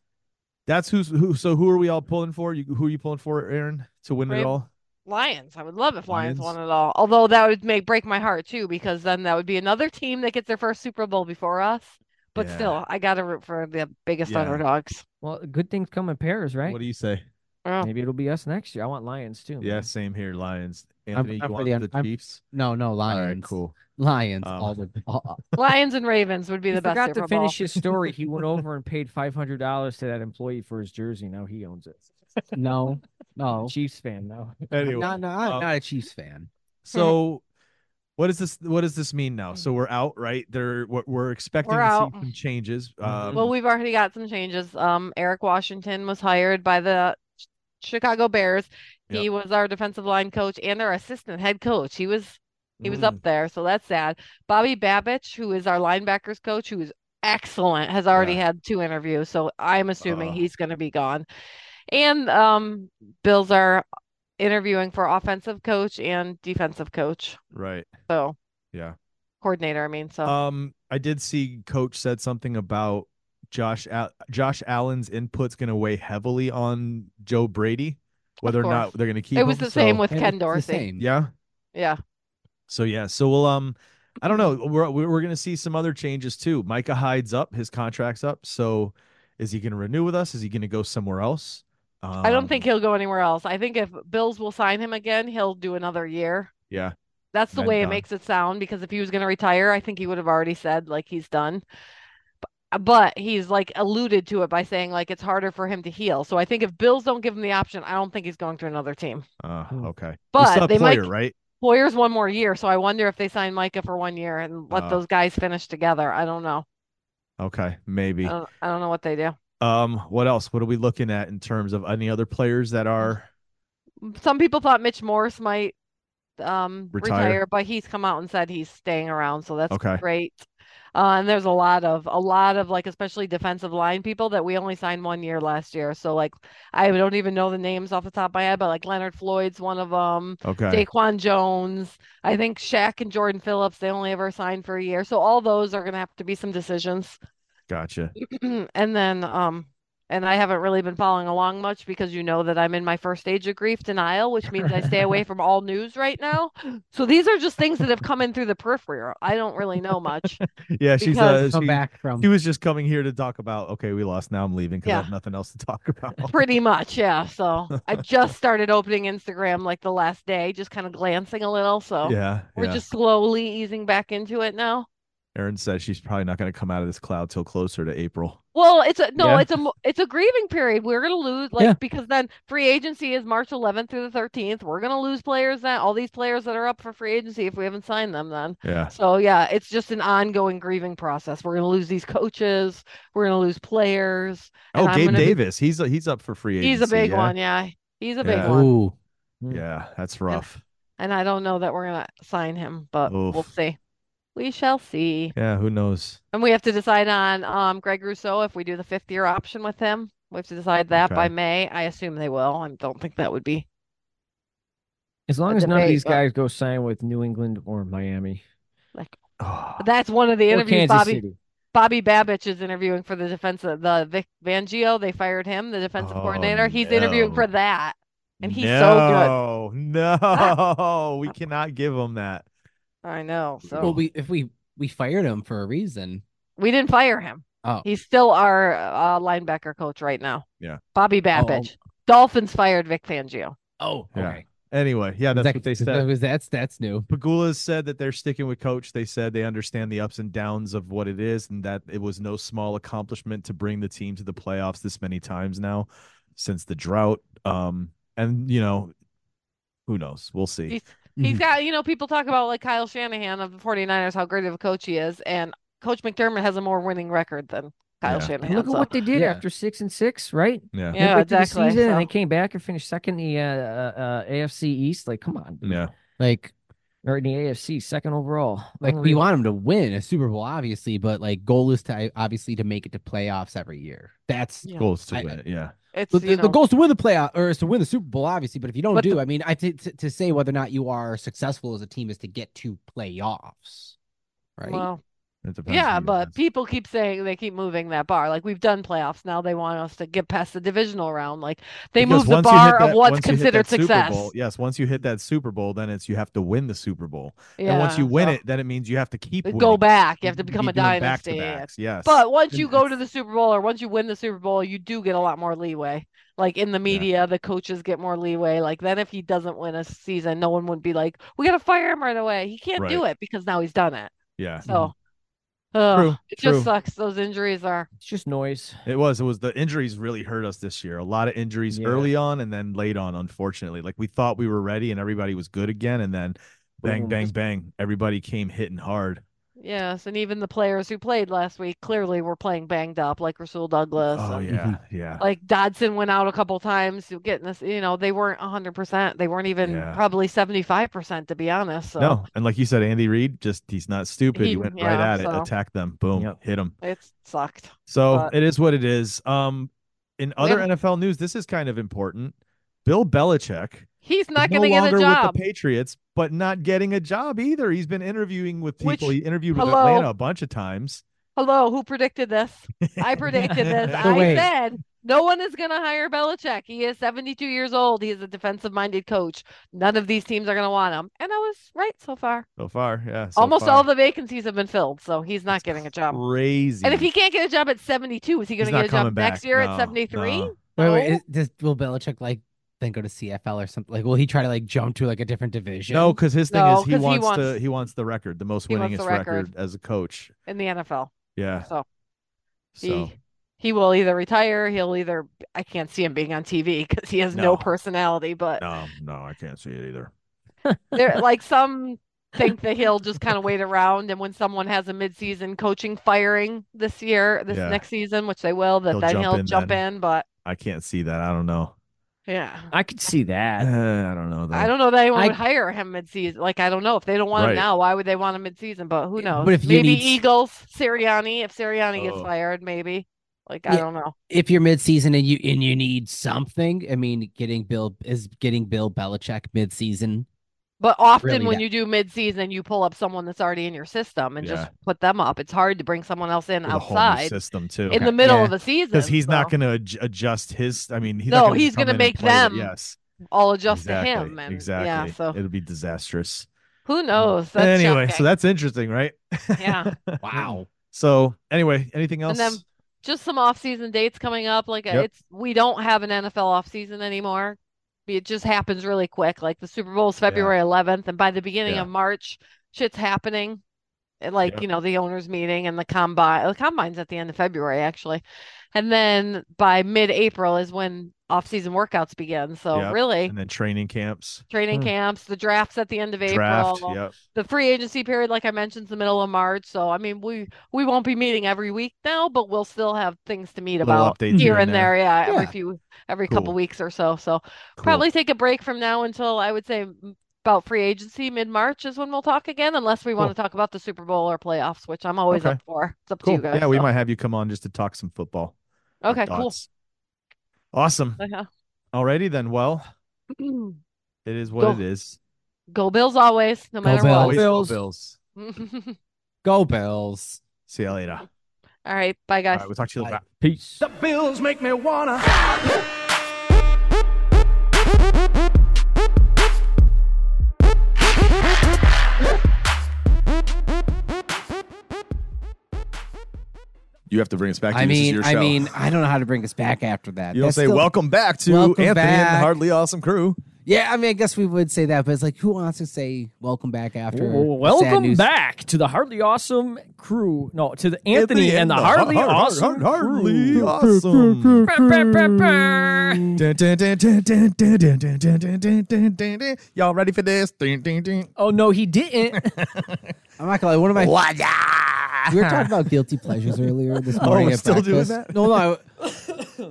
A: that's who's who so who are we all pulling for you who are you pulling for aaron to win it
D: Ram-
A: all
D: Lions. I would love if Lions
A: Lions?
D: won it all. Although that would make break my heart too, because then that would be another team that gets their first Super Bowl before us. But
A: Yeah.
D: still, I gotta root for the biggest
A: Yeah.
D: underdogs.
C: Well, good things come in pairs, right?
A: what do you say
D: Oh,
C: Maybe it'll be us next year. I want Lions too. man.
A: yeah same here lions anthony
B: I'm
A: you
B: for
A: want
B: the
A: the,
B: un- I'm-
A: chiefs
B: No, no, lions.
A: all right cool
B: Lions.
A: Um,
B: all the all,
D: Lions and Ravens would be
C: He
D: the best
C: forgot
D: Super
C: to finish his story. He went over and paid five hundred dollars to that employee for his jersey. Now he owns it.
B: no, no.
C: Chiefs fan now.
A: anyway
B: Not, no, I'm
A: um,
B: not a Chiefs fan.
A: So what does this what does this mean now? So we're out, right? There we're, we're expecting
D: We're
A: to
D: out.
A: see some changes.
D: Bowl.
A: Um,
D: Well, we've already got some changes. Um, Eric Washington was hired by the Ch- Chicago Bears.
A: Yep.
D: He was our defensive line coach and our assistant head coach. He was He was
B: Mm.
D: up there, so that's sad. Bobby Babich, who is our linebackers coach, who is excellent, has already had two interviews, so I'm assuming
A: Uh.
D: he's going to be gone. And um, Bills are interviewing for offensive coach and defensive coach,
A: right.
D: so
A: Yeah.
D: coordinator. I mean, so
B: Uh,
A: Um, I did see coach said something about Josh Al- Josh Allen's input's going to weigh heavily on Joe Brady whether or not
D: course.
A: they're going to keep
D: it was
A: him,
D: the same
A: so-
D: with
B: And
D: Ken
B: it's the
D: Dorsey.
B: same.
A: Yeah.
D: Yeah,
A: So yeah, so we'll um I don't know, we're we're we're going to see some other changes too. Micah Hyde's up, his contract's up. So is he going to renew with us? Is he going to go somewhere else? Um,
D: I don't think he'll go anywhere else. I think if Bills will sign him again, he'll do another year.
A: Yeah. uh,
D: That's the
G: Then
D: way
G: done.
D: it makes it sound because if he was going to retire, I think he would have already said like he's done. But, but he's like alluded to it by saying like it's harder for him to heal. So I think if Bills don't give him the option, I don't think he's going to another team.
A: Um,
G: Uh,
B: Hmm.
G: okay.
D: But
A: we still have
D: they might
A: Poyer, right?
D: Poyer's one more year, so I wonder if they sign Micah for one year and let
G: Uh,
D: those guys finish together. I don't know.
G: Okay,
D: I
G: maybe.
D: don't, I don't know what they do.
A: Um, what else? What are we looking at in terms of any other players that are?
D: Some people thought Mitch Morris might um
G: Retire.
D: but he's come out and said he's staying around, so that's
G: Okay.
D: great. Uh, and there's a lot of a lot of like especially defensive line people that we only signed one year last year. So like I don't even know the names off the top of my head, but like Leonard Floyd's one of them.
G: Okay.
D: Daquan Jones, I think Shaq and Jordan Phillips, they only ever signed for a year. So all those are gonna have to be some decisions.
G: Gotcha.
D: And then, um, and I haven't really been following along much because you know that I'm in my first stage of grief denial, which means I stay away from all news right now. So these are just things that have come in through the periphery. I don't really know much.
A: Yeah, she's uh,
D: Because-
B: Come
A: she,
B: back from.
A: she was just coming here to talk about. Okay, we lost. Now I'm leaving because I
D: Yeah.
A: have nothing else to talk about.
D: Pretty much, yeah. So I just started opening Instagram like the last day, just kind of glancing a little. So
A: Yeah,
D: we're
A: yeah.
D: just slowly easing back into it now.
A: Erin says she's probably not going to come out of this cloud till closer to April.
D: Well, it's a no,
C: Yeah.
D: it's a mo- it's a grieving period. We're gonna lose like
B: Yeah.
D: because then free agency is March 11th through the 13th. We're gonna lose players then all these players that are up for free agency if we haven't signed them then.
A: Yeah,
D: So yeah, it's just an ongoing grieving process. We're gonna lose these coaches. We're gonna lose players.
A: Oh,
D: and I'm
A: Gabe
D: gonna be-
A: Davis. He's he's up for free agency.
D: He's a big
A: yeah?
D: one, yeah. He's a big
A: Yeah.
D: one,
B: Ooh.
A: Yeah, that's rough.
D: and I don't know that we're gonna sign him, but we'll
A: Oof.
D: see. We shall see.
A: Yeah, who knows?
D: And we have to decide on um Greg Rousseau if we do the fifth year option with him. We have to decide that by
A: Okay.
D: May. I assume they will. I don't think that would be.
C: As long
D: A
C: as none of
D: debate,
C: these
D: but-
C: guys go sign with New England or Miami
D: but That's one of the
C: or
D: interviews.
C: Kansas
D: Bobby
C: City.
D: Bobby Babich is interviewing for the defensive the Vic Fangio. They fired him, the defensive
A: Oh,
D: coordinator. He's interviewing for
A: no.
D: that. And he's so
A: no, no, we cannot give him that.
D: good. I know. So
B: Well, we if we we fired him for a reason.
D: we didn't fire him.
B: Oh.
D: He's still our uh, linebacker coach right now.
A: Yeah. Oh,
D: Bobby Babich. Dolphins fired Vic Fangio.
B: Oh.
A: Yeah.
B: Okay.
A: Anyway, yeah, that's
B: That-
A: what they
B: that
A: said.
B: was- that's that's new.
A: Pagula said that they're sticking with coach. They said they understand the ups and downs of what it is, and that it was no small accomplishment to bring the team to the playoffs this many times now since the drought. Um, and you know, who knows? We'll see.
D: He's- He's
A: Mm-hmm.
D: got, you know, people talk about like Kyle Shanahan of the 49ers, how great of a coach he is. And Coach McDermott has a more winning record than Kyle
A: Yeah.
D: Shanahan.
C: And look at
D: so-
C: what they did
B: Yeah.
C: after six and six, right?
A: Yeah,
D: Yeah,
C: Midway through the
D: exactly,
C: season, and they
D: so-
C: came back and finished second in the uh, uh, uh, AFC East. Like, come on,
A: yeah,
B: Like
C: or in the AFC, second overall.
B: like we
C: Unreal.
B: want him to win a Super Bowl, obviously, but like goal is to obviously to make it to playoffs every year. That's
D: Yeah.
A: goals to
B: I-
A: win. it, Yeah,
D: It's,
B: the, the,
D: you
B: the
D: know,
B: goal is to win the playoff or is to win the Super Bowl, obviously. But if you don't
D: But
B: do,
D: the-
B: I mean, I t- t- to say whether or not you are successful as a team is to get to playoffs, right?
D: well,
A: it depends
D: yeah,
A: who you
D: but
A: ask.
D: people keep saying they keep moving that bar. Like we've done playoffs now, they want us to get past the divisional round. Like they
A: Because
D: move the
A: once you hit
D: bar of
A: that-
D: what's
A: once you hit
D: considered
A: that Super
D: success.
A: Bowl- yes, once you hit that Super Bowl, then it's you have to win the Super Bowl,
D: Yeah,
A: and once you win
D: so
A: it, then it means you have to keep
D: they go
A: winning.
D: back. You have to become
A: be
D: a
A: doing
D: dynasty.
A: back-to-backs, Yes,
D: But once
B: And
D: you go to the Super Bowl or once you win the Super Bowl, you do get a lot more leeway. Like in the media, the coaches get more leeway. Like then if he doesn't win a season, no one would be like, "We got to fire him right away." He can't do it because now he's done it.
A: yeah,
D: So ugh,
A: Mm-hmm. True,
D: it
A: true.
D: just sucks. Those injuries are
C: It's just noise.
A: It was. It was the injuries really hurt us this year. A lot of injuries
C: Yeah.
A: early on and then late on, unfortunately. Like we thought we were ready and everybody was good again. And then bang,
C: Boom.
A: bang, bang. Everybody came hitting hard.
D: yes, and even the players who played last week clearly were playing banged up, like Rasul Douglas.
A: Oh,
D: and,
A: yeah.
C: Mm-hmm.
A: Yeah.
D: Like Dodson went out a couple times, getting this. You know, they weren't hundred percent. They weren't even
A: Yeah.
D: probably seventy five percent, to be honest. So
A: No. And like you said, Andy Reid, just he's not stupid. He,
D: He-
A: went right
D: yeah,
A: at it,
D: so-
A: attacked them. Boom.
C: Yep.
A: Hit them.
D: it sucked.
A: So
D: But-
A: it is what it is. Um, in other
D: Yeah.
A: NFL news, this is kind of important. Bill Belichick
D: He's
A: is
D: not
A: no
D: going to get
A: longer
D: a
A: with
D: job.
A: the Patriots, but not getting a job either. He's been interviewing with people.
D: Which-
A: he interviewed with
D: hello?
A: Atlanta a bunch of times.
D: Hello, who predicted this? I predicted this.
B: So
D: I
B: wait.
D: said no one is going to hire Belichick. He is 72 years old. He is a defensive minded coach. None of these teams are going to want him. And I was right so far.
A: So far, yeah. so
D: Almost
A: far.
D: all the vacancies have been filled. So he's not
A: That's
D: getting a job.
A: Crazy.
D: And if he can't get a job at 72, is he
A: He's
D: going to
A: not
D: get a
A: coming
D: job next
A: back.
D: year
A: No,
D: at 73?
A: no.
B: wait, wait,
D: No?
B: is, does Bill Belichick like then go to CFL or something? Like, will he try to like jump to like a different division?
H: No, because his thing
D: No,
H: is he
D: 'cause he
H: wants, to
D: wants-
H: he wants the record, the most
D: He wants
H: winningest
D: the
H: record.
D: record.
H: as a coach.
D: in the NFL.
H: Yeah.
D: So
H: So
D: he he will either retire, he'll either I can't see him being on TV because he has no,
H: No.
D: personality, but
H: no,
A: um,
H: no, I can't see it either.
D: there like some think that he'll just kind of wait around and when someone has a midseason coaching firing this year, this
H: Yeah.
D: next season, which they will, that
H: He'll
D: then
H: jump
D: he'll
H: in
D: jump
H: then.
D: in, but
H: I can't see that. I don't know.
D: yeah.
C: I could see
H: Eh,
C: that.
H: I don't know. Though.
D: I don't know that anyone
B: I-
D: would hire him midseason. Like I don't know if they don't want
H: Right.
D: him now. Why would they want him midseason? But who knows?
B: but if you
D: maybe
B: need s-
D: Eagles, Sirianni. If Sirianni gets
H: Oh.
D: fired, maybe. Like I
B: Yeah.
D: don't know.
B: if you're midseason and you and you need something, I mean, getting Bill is getting Bill Belichick midseason.
D: But often
B: Really
D: when
B: that-
D: you do midseason, you pull up someone that's already in your system and
H: Yeah.
D: just put them up. It's hard to bring someone else in
H: With a whole new
D: outside
H: system too.
D: in the middle
B: Yeah.
D: of a season
H: because he's not
D: so
H: going to adjust his. I mean, he's
D: No,
H: not gonna
D: he's
H: come
D: gonna
H: in and
D: make
H: play that-
D: them
H: Yes,
D: all adjust
H: exactly,
D: to him. And
H: exactly.
D: yeah, so
H: it'll be disastrous.
D: who knows? That's
H: anyway, so
D: shocking.
H: that's interesting, right?
D: Yeah.
B: Wow.
H: So anyway, anything else?
D: And then just some off-season dates coming up. Like
H: Yep.
D: it's we don't have an NFL off-season anymore. It just happens really quick. Like the Super Bowl is February 11th, and by the beginning
H: Yeah.
D: of March, shit's happening. And, Like,
H: Yep.
D: you know, the owners meeting and the combine. The combine's at the end of February, actually. And then by mid-April is when off-season workouts begin. So
H: Yep.
D: really,
H: and then training camps,
D: training camps, the drafts at the end of
H: draft.
D: April
H: Yep.
D: the free agency period, like I mentioned, is the middle of March. So I mean, we we won't be meeting every week now, but we'll still have things to meet
H: Little
D: about
H: updates
D: here and there. Yeah, every
B: Yeah.
D: few every
H: Cool.
D: couple weeks or so. So
H: Cool.
D: probably take a break from now until I would say m- about free agency mid March is when we'll talk again, unless we want to talk about the Super Bowl or playoffs, which I'm always
H: Okay.
D: up for. It's up to
H: Cool.
D: you guys.
H: yeah, we
D: so.
H: might have you come on just to talk some football. your
D: Okay, cool.
H: thoughts. Awesome. Alrighty then. Well,
D: Yeah.
H: it is what
D: Go-
H: it is.
D: Go Bills always, no matter
H: Always
D: what.
H: go
B: Bills.
H: Bills.
B: Go Bills.
H: See you later.
D: All right, bye
H: All
D: guys.
H: right, we'll talk to you later.
C: Peace.
E: Bills make me wanna.
A: You have to bring us back. To
B: I
A: this is
B: mean,
A: your
B: I
A: show.
B: mean, I don't know how to bring us back after that.
A: you don't
B: That's
A: say
B: still-
A: welcome back to Anthony
B: Welcome
A: and the
B: back.
A: Hardly Awesome Crew.
B: Yeah, I mean, I guess we would say that, but it's like, who wants to say welcome back after? sad
C: Welcome
B: news?
C: back to the Hardly Awesome Crew. No, to the Anthony, and the, Hardly
A: Har- Har- Har-
C: Awesome
A: Hardly
C: Crew.
A: Awesome. Dun,
C: Ba-ba-ba-ba.
A: dun, dun, dun, dun, dun, dun, dun, dun, dun, dun, dun, dun, dun. Y'all ready for this? Dun, dun, dun.
C: Oh no, he didn't.
B: I'm not gonna lie. One of my
A: Wah-yah!
B: we were talking about guilty pleasures earlier this
A: Oh,
B: morning.
A: we're
B: at
A: still doing
B: breakfast.
A: that?
B: No, no. I-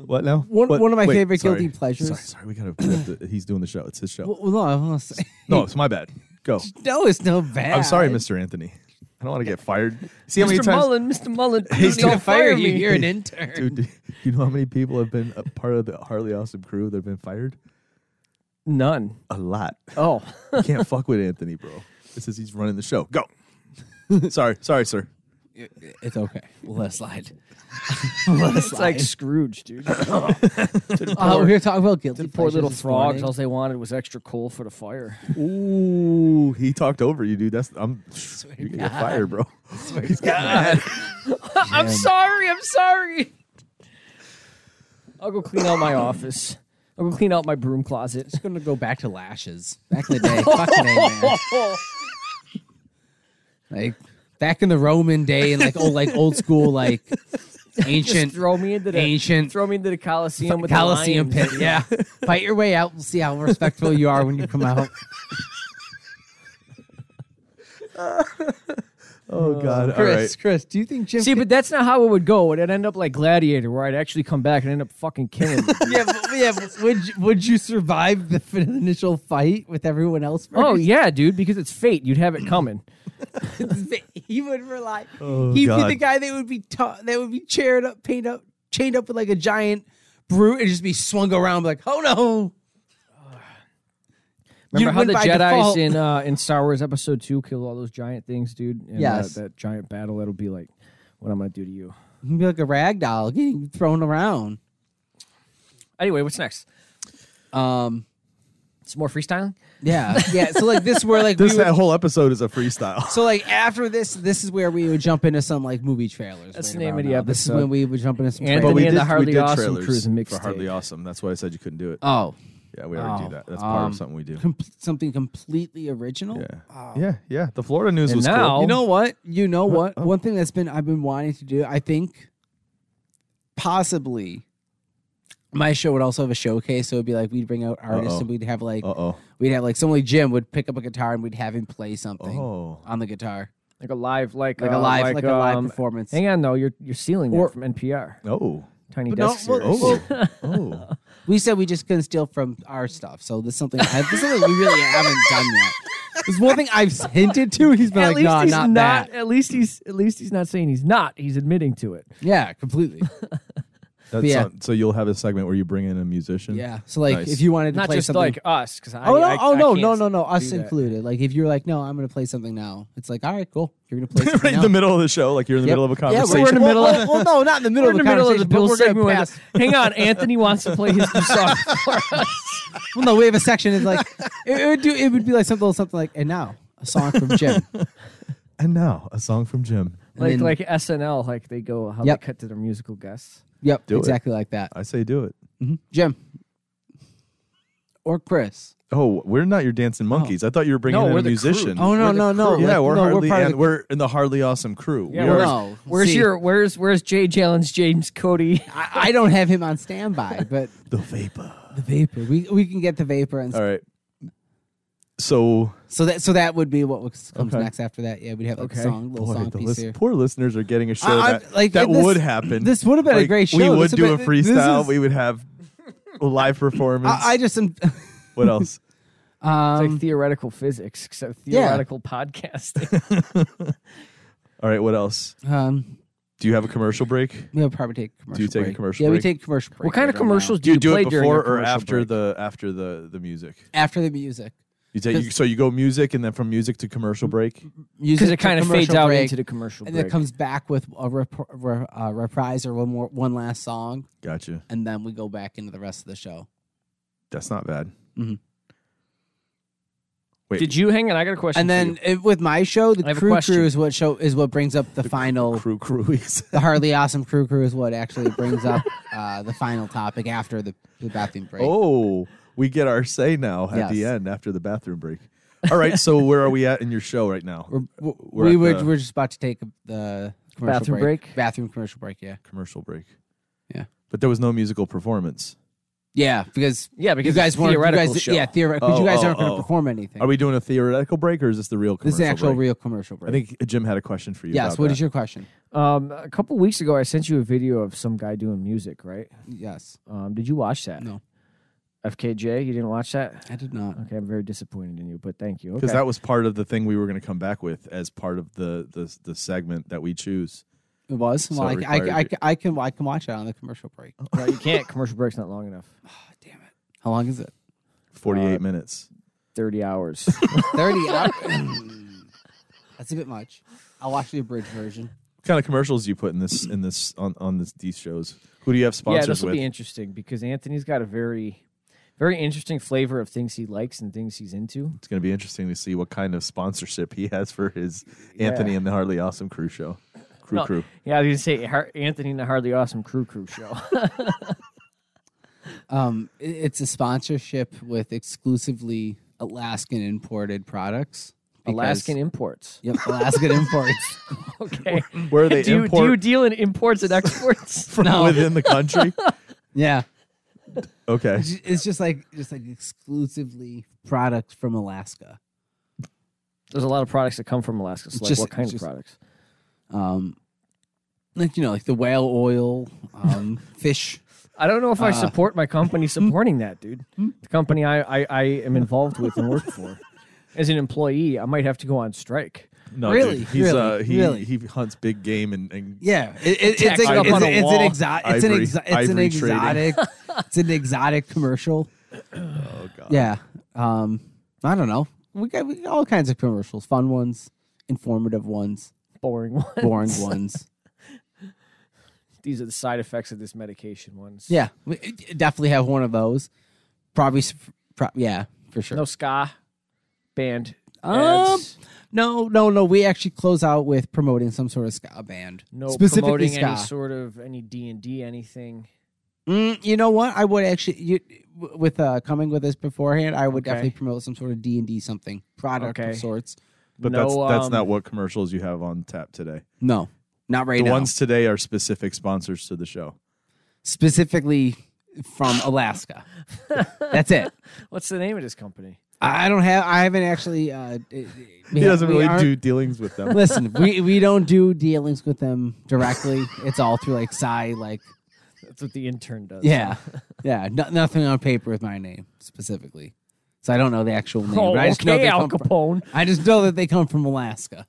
A: What now?
B: One-
A: What-
B: one of my
A: wait,
B: favorite
A: sorry.
B: guilty pleasures.
A: Sorry, sorry. We gotta. we have to- he's doing the show. It's his show.
B: well, no, I wanna say-
A: no, it's my bad. Go.
B: no, it's no bad.
A: I'm sorry, Mr. Anthony. I don't want to get fired. See how many
C: Mr.
A: times,
C: Mullen, Mr. Mullen,
A: He's
C: please
B: Don't
C: don't
B: even fire you.
C: me.
B: You're an intern.
A: dude? Do you know how many people have been a part of the Harley Awesome crew that have been fired?
C: None.
A: A lot.
C: Oh,
A: You can't fuck with Anthony, bro. It says he's running the show. Go. sorry, sorry, sir.
B: It's okay. We'll let it slide.
C: it's like Scrooge, dude.
B: Uh, we were talking about guilty
C: The poor
B: pleasures
C: little
B: this
C: frogs.
B: morning.
C: All they wanted was extra coal for the fire.
A: Ooh, he talked over you, dude. That's I'm. You can get fired, bro. He's getting mad.
C: I'm sorry. I'm sorry. I'll go clean out my office. I'll go clean out my broom closet.
B: just gonna go back to lashes. Back in the day, fuck today, man. Like back in the Roman day, and like old, like old school, like ancient,
C: Throw me into the
B: ancient
C: throw me into the Coliseum with
B: Coliseum
C: the lions.
B: pit. Yeah, fight your way out. We'll see how respectful you are when you come out.
A: Oh God. All
B: Chris,
A: right.
B: Chris, do you think Jim?
C: See, but that's not how it would go. It'd end up like Gladiator, where I'd actually come back and end up fucking killing. you.
B: yeah, but, yeah, but would you, would you survive the f- initial fight with everyone else? First?
C: oh yeah, dude, because it's fate. You'd have it coming.
B: he would rely.
H: Oh,
B: He'd
H: God.
B: be the guy that would be ta- that would be chaired up, paint up, chained up with like a giant brute, and just be swung around like, oh no. You
C: Remember how
B: win
C: the
B: by
C: Jedi's
B: default.
C: in uh, in Star Wars Episode Two killed all those giant things, dude? And, uh,
B: Yes.
C: that giant battle. That'll be like, what I'm gonna do to you.
B: He'd be like a rag doll getting thrown around.
C: Anyway, what's next?
B: Um,
C: Some more freestyling.
B: yeah, yeah. So like this, where like
A: This
B: we would,
A: that whole episode is a freestyle.
B: so like after this, this is where we would jump into some like movie trailers.
C: That's
B: right
C: the name
B: around
C: of the
B: now. This is
C: episode.
B: when we would jump into some.
C: Anthony
B: trailers.
C: and the Hardly Awesome
A: trailers
C: Cruise and
A: for
C: mixtape.
A: Hardly Awesome. That's why I said you couldn't do it.
B: Oh,
A: Yeah, we already
B: Oh,
A: do that. That's part
B: um,
A: of something we do.
B: Com- something completely original.
A: Yeah.
B: Oh.
A: Yeah, yeah. The Florida news
C: And
A: was
C: now-
A: cool.
B: You know what? You know
A: Um, Huh?
B: what?
A: Oh.
B: One thing that's been I've been wanting to do, I think possibly my show would also have a showcase, so it'd be like we'd bring out artists
A: Uh-oh.
B: and we'd have like
A: Uh oh.
B: we'd have like someone like Jim would pick up a guitar and we'd have him play something
A: Oh.
B: on the guitar.
C: Like a live, like,
B: Like
C: uh,
B: a live like, a live
C: um,
B: performance.
C: Hang on, though. You're you're stealing that
B: Or-
C: from NPR.
A: Oh.
C: Tiny
B: But no,
C: desk
B: well-
C: series.
A: Oh.
B: We said we just couldn't steal from our stuff, so this is something I, this is something we really haven't done yet. There's one thing I've hinted to. He's been
C: at
B: like,
C: least
B: "No,
C: he's
B: not,
C: not.
B: that."
C: At least he's at least he's not saying he's not. He's admitting to it.
B: Yeah, completely.
A: That's
B: yeah.
A: on- so you'll have a segment where you bring in a musician.
B: Yeah. So like,
A: Nice.
B: if you wanted to
C: Not
B: play
C: just
B: something,
C: like us, because I,
B: oh no,
C: I-
B: oh
C: I
B: no,
C: can't
B: no, no, no,
C: do
B: us
C: that.
B: included. Like if you're like, no, I'm gonna play something now. It's like, all right, cool. You're gonna play something
A: right in
B: now.
A: the middle of the show, like you're in the
B: Yep.
A: middle of a
B: Yeah,
A: conversation.
B: we're in the middle.
A: Well,
B: Of, well, no, not in the middle
C: We're in
B: of
C: the
B: the
C: middle of the
B: conversation, but
C: Bill
B: we're gonna
C: segment.
B: pass-
C: Hang on, Anthony wants to play his new song for us.
B: Well, no, we have a section. It's like it, it would do. It would be like something, something like, and now a song from Jim.
A: and now a song from Jim.
B: And
C: Like
B: then-
C: like SNL, like they go how
B: Yep.
C: they cut to their musical guests.
B: Yep,
A: Do it.
B: exactly like that.
A: I say do it.
B: Mhm. Jim or Chris.
A: Oh, we're not your dancing monkeys. I thought you were bringing
C: No,
A: in
C: we're
A: a
C: the crew.
A: musician.
B: Oh no,
C: We're the
B: no, no.
C: crew.
A: yeah,
B: like,
A: we're
B: no,
A: hardly
B: part of
A: and
B: the-
A: we're in the hardly awesome crew.
C: Yeah,
A: we
C: we're
A: are,
B: no.
C: Where's
B: see,
C: your where's where's Jay Jalen's James Cody?
B: I, I don't have him on standby, but
A: the vapor.
B: the vapor. We we can get the vapor and
A: All right. So
B: So that so that would be what was- comes
A: Okay.
B: next after that. Yeah, we'd have like
C: Okay.
B: a song, little
A: boy,
B: song
A: the
B: piece
A: list-
B: here.
A: poor listeners are getting a show
B: I- I'm-
A: that,
B: like,
A: that
B: this-
A: would happen.
B: This would have been a
A: Like,
B: great show.
A: We
B: This
A: would
B: would've
A: do a
B: been- this
A: freestyle.
B: is-
A: we would have a live performance.
B: I, I just am.
A: what else?
C: it's like
B: Um,
C: theoretical physics, except
B: yeah.
C: theoretical podcasting.
A: All right, what else?
B: um,
A: Do you have a commercial break?
B: we'll probably take a commercial.
A: Do you take a
B: break.
A: commercial
B: Yeah,
A: break?
B: we take commercial. Break
C: what kind of
B: every now and
C: commercials
B: then.
C: do you,
A: do
C: play
A: it
C: during
A: before
C: your
A: or
C: commercial
A: after
C: break?
A: the after the the music?
B: After the music,
A: You take you,
B: Cause- Mm-hmm.
A: so you go music and then from music to commercial break.
B: music
C: because it
B: to
C: kind of
B: commercial
C: fades out
B: break,
C: into the commercial
B: and
C: break.
B: then it comes back with a rep- re- uh, reprise or one more one last song,
A: Gotcha.
B: and then we go back into the rest of the show.
A: That's not bad. Wait.
C: Did you hang on? I got a question.
B: And
C: for
B: then
C: you.
B: it, with my show,
C: I
B: the
C: have a
B: crew
C: question.
B: crew is what show is what brings up the final
A: Crew Cruise.
B: the Harley Awesome Crew Crew is what actually brings up uh, the final topic after the, the bathroom break.
A: Oh, we get our say now at the
B: Yes.
A: end after the bathroom break. All right, so where are we at in your show right now?
B: we're, we
A: we're
B: we
A: at
B: would
A: the-
B: we're just about to take the commercial
C: Bathroom break?
B: Bathroom commercial break. Yeah,
A: Commercial break.
B: Yeah.
A: But there was no musical performance.
B: yeah, because
C: yeah, because
B: you guys
C: it's
B: weren't. You
C: theoretical
B: guys,
C: show.
B: yeah, theoretically,
A: Oh,
B: you guys
A: oh,
B: aren't going to
A: oh.
B: perform anything.
A: Are we doing a theoretical break or is this the real commercial
B: this is an actual
A: break?
B: real commercial break.
A: I think Jim had a question for you.
B: Yes.
A: about
B: What is
A: that.
B: your question?
C: Um, a couple weeks ago, I sent you a video of some guy doing music. Right?
B: Yes.
C: Um, did you watch that?
B: No.
C: FKJ, you didn't watch that?
B: I did not.
C: Okay, I'm very disappointed in you, but thank you. Okay.
A: because that was part of the thing we were going to come back with as part of the the, the segment that we choose.
B: It was. Well,
A: So
B: I,
A: it
B: I, I,
A: required you-
B: I can I can watch it on the commercial break. Oh,
C: No, you can't. Commercial break's not long enough.
B: damn it! How long is it?
A: Forty eight
C: Uh,
A: minutes.
C: Thirty hours.
B: Thirty hours. That's a bit much. I'll watch the abridged version.
A: What kind of commercials do you put in this in this on on this, these shows? Who do you have
C: yeah,
A: sponsors
C: this will
A: with?
C: be interesting because Anthony's got a very, very interesting flavor of things he likes and things he's into.
A: it's going to be interesting to see what kind of sponsorship he has for his Anthony and the Hardly Awesome Crew show. Crew
C: No.
A: crew.
C: Yeah, I was gonna say Har- Anthony and the Hardly Awesome Crew Crew show.
B: Um, i- it's a sponsorship with exclusively Alaskan imported products. because-
C: Alaskan imports.
B: Yep, Alaskan imports.
C: Okay.
A: Where are they
C: do you
A: import
C: do you deal in imports and exports?
A: from
B: No.
A: within the country?
B: Yeah,
A: Okay.
B: it's ju- it's just like just like exclusively products from Alaska.
C: There's a lot of products that come from Alaska. So
B: It's
C: like
B: just-
C: what kind
B: it's
C: of
B: just-
C: products?
B: Um, like you know, like the whale oil, um, fish.
C: I don't know if I
B: uh,
C: support my company supporting that, dude.
B: Hmm?
C: The company I, I, I am involved with and work for. As an employee, I might have to go on strike.
A: No,
B: Really?
A: dude, he's
B: Really?
A: uh, he
B: Really?
A: he hunts big game and, and
B: Yeah, it, it,
C: Tacked
B: it's, like-
C: up
B: it's,
C: on a
B: it's
C: wall.
B: an exotic. It's an,
A: Ivory-
B: exo- it's an
A: ivory trading.
B: exotic. it's an exotic commercial.
A: oh god,
B: Yeah. Um, I don't know. We got, we got all kinds of commercials, fun ones, informative ones,
C: Boring one.
B: boring ones.
C: These are the side effects of this medication ones.
B: Yeah, we it- definitely have one of those. Probably, s- pro- yeah, for sure.
C: No ska band.
B: Um,
C: ads,
B: No, no, no. We actually close out with promoting some sort of ska band.
C: no
B: specifically
C: promoting
B: ska.
C: any sort of any D and D anything.
B: Mm, you know what? I would actually you w- with uh coming with this beforehand. I would
C: Okay.
B: definitely promote some sort of D and D something product
C: Okay.
B: of sorts.
A: But
C: No,
A: that's that's
C: um,
A: not what commercials you have on tap today.
B: No, not right
A: the
B: now.
A: ones today are specific sponsors to the show.
B: specifically from Alaska. That's it.
C: What's the name of this company?
B: I I don't have. I haven't actually. Uh,
A: He doesn't really do dealings with them.
B: Listen, we, we don't do dealings with them directly. It's all through like Psy, like
C: That's what the intern does.
B: yeah, yeah. No, nothing on paper with my name specifically. So I don't know the actual name,
C: Oh,
B: but I just know
C: okay,
B: they
C: Al
B: come from,
C: Capone.
B: I just know that they come from Alaska.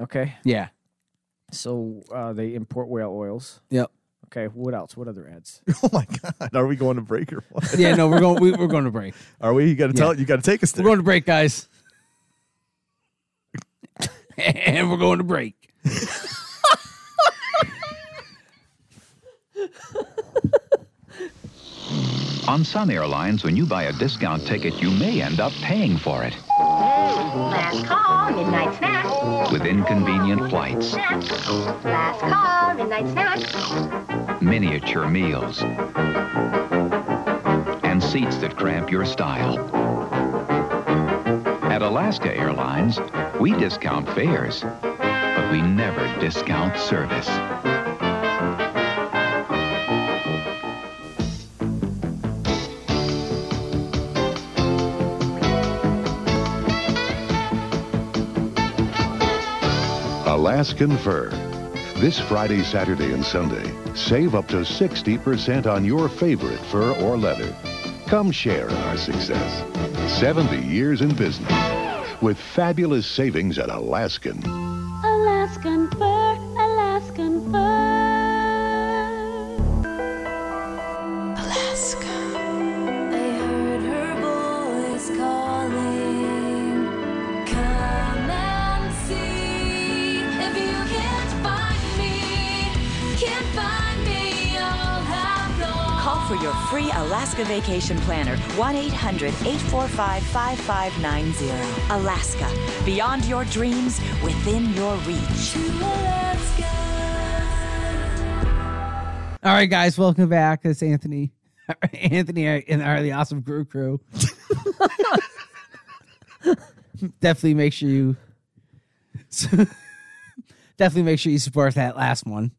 C: Okay.
B: Yeah.
C: So uh, they import whale oils.
B: Yep.
C: Okay. What else? What other ads?
A: oh my god, are we going to break or what?
B: Yeah. No, we're going. We, we're going to break.
A: Are we? You got to tell. You got to take us
B: We're
A: there.
B: going to break, guys. and we're going to break.
I: On some airlines, when you buy a discount ticket, you may end up paying for it
J: Last call, midnight snack.
I: with inconvenient flights,
J: Snack. Last call, midnight snack.
I: miniature meals, and seats that cramp your style. At Alaska Airlines, we discount fares, but we never discount service.
K: Alaskan Fur. This Friday, Saturday, and Sunday, save up to 60% on your favorite fur or leather. Come share in our success. 70 years in business with fabulous savings at Alaskan.
J: Alaskan fur, Alaskan fur. Alaska. I heard her voice calling. Come and see if you can't find me. Can't find me, I'll have no.
L: Call for your free Alaska Vacation Planner, 1 800 845 5590. Alaska, beyond your dreams, within your reach.
J: To Alaska.
B: All right, guys, welcome back. It's Anthony, Anthony, and our the awesome crew crew. definitely make sure you, definitely make sure you support that last one.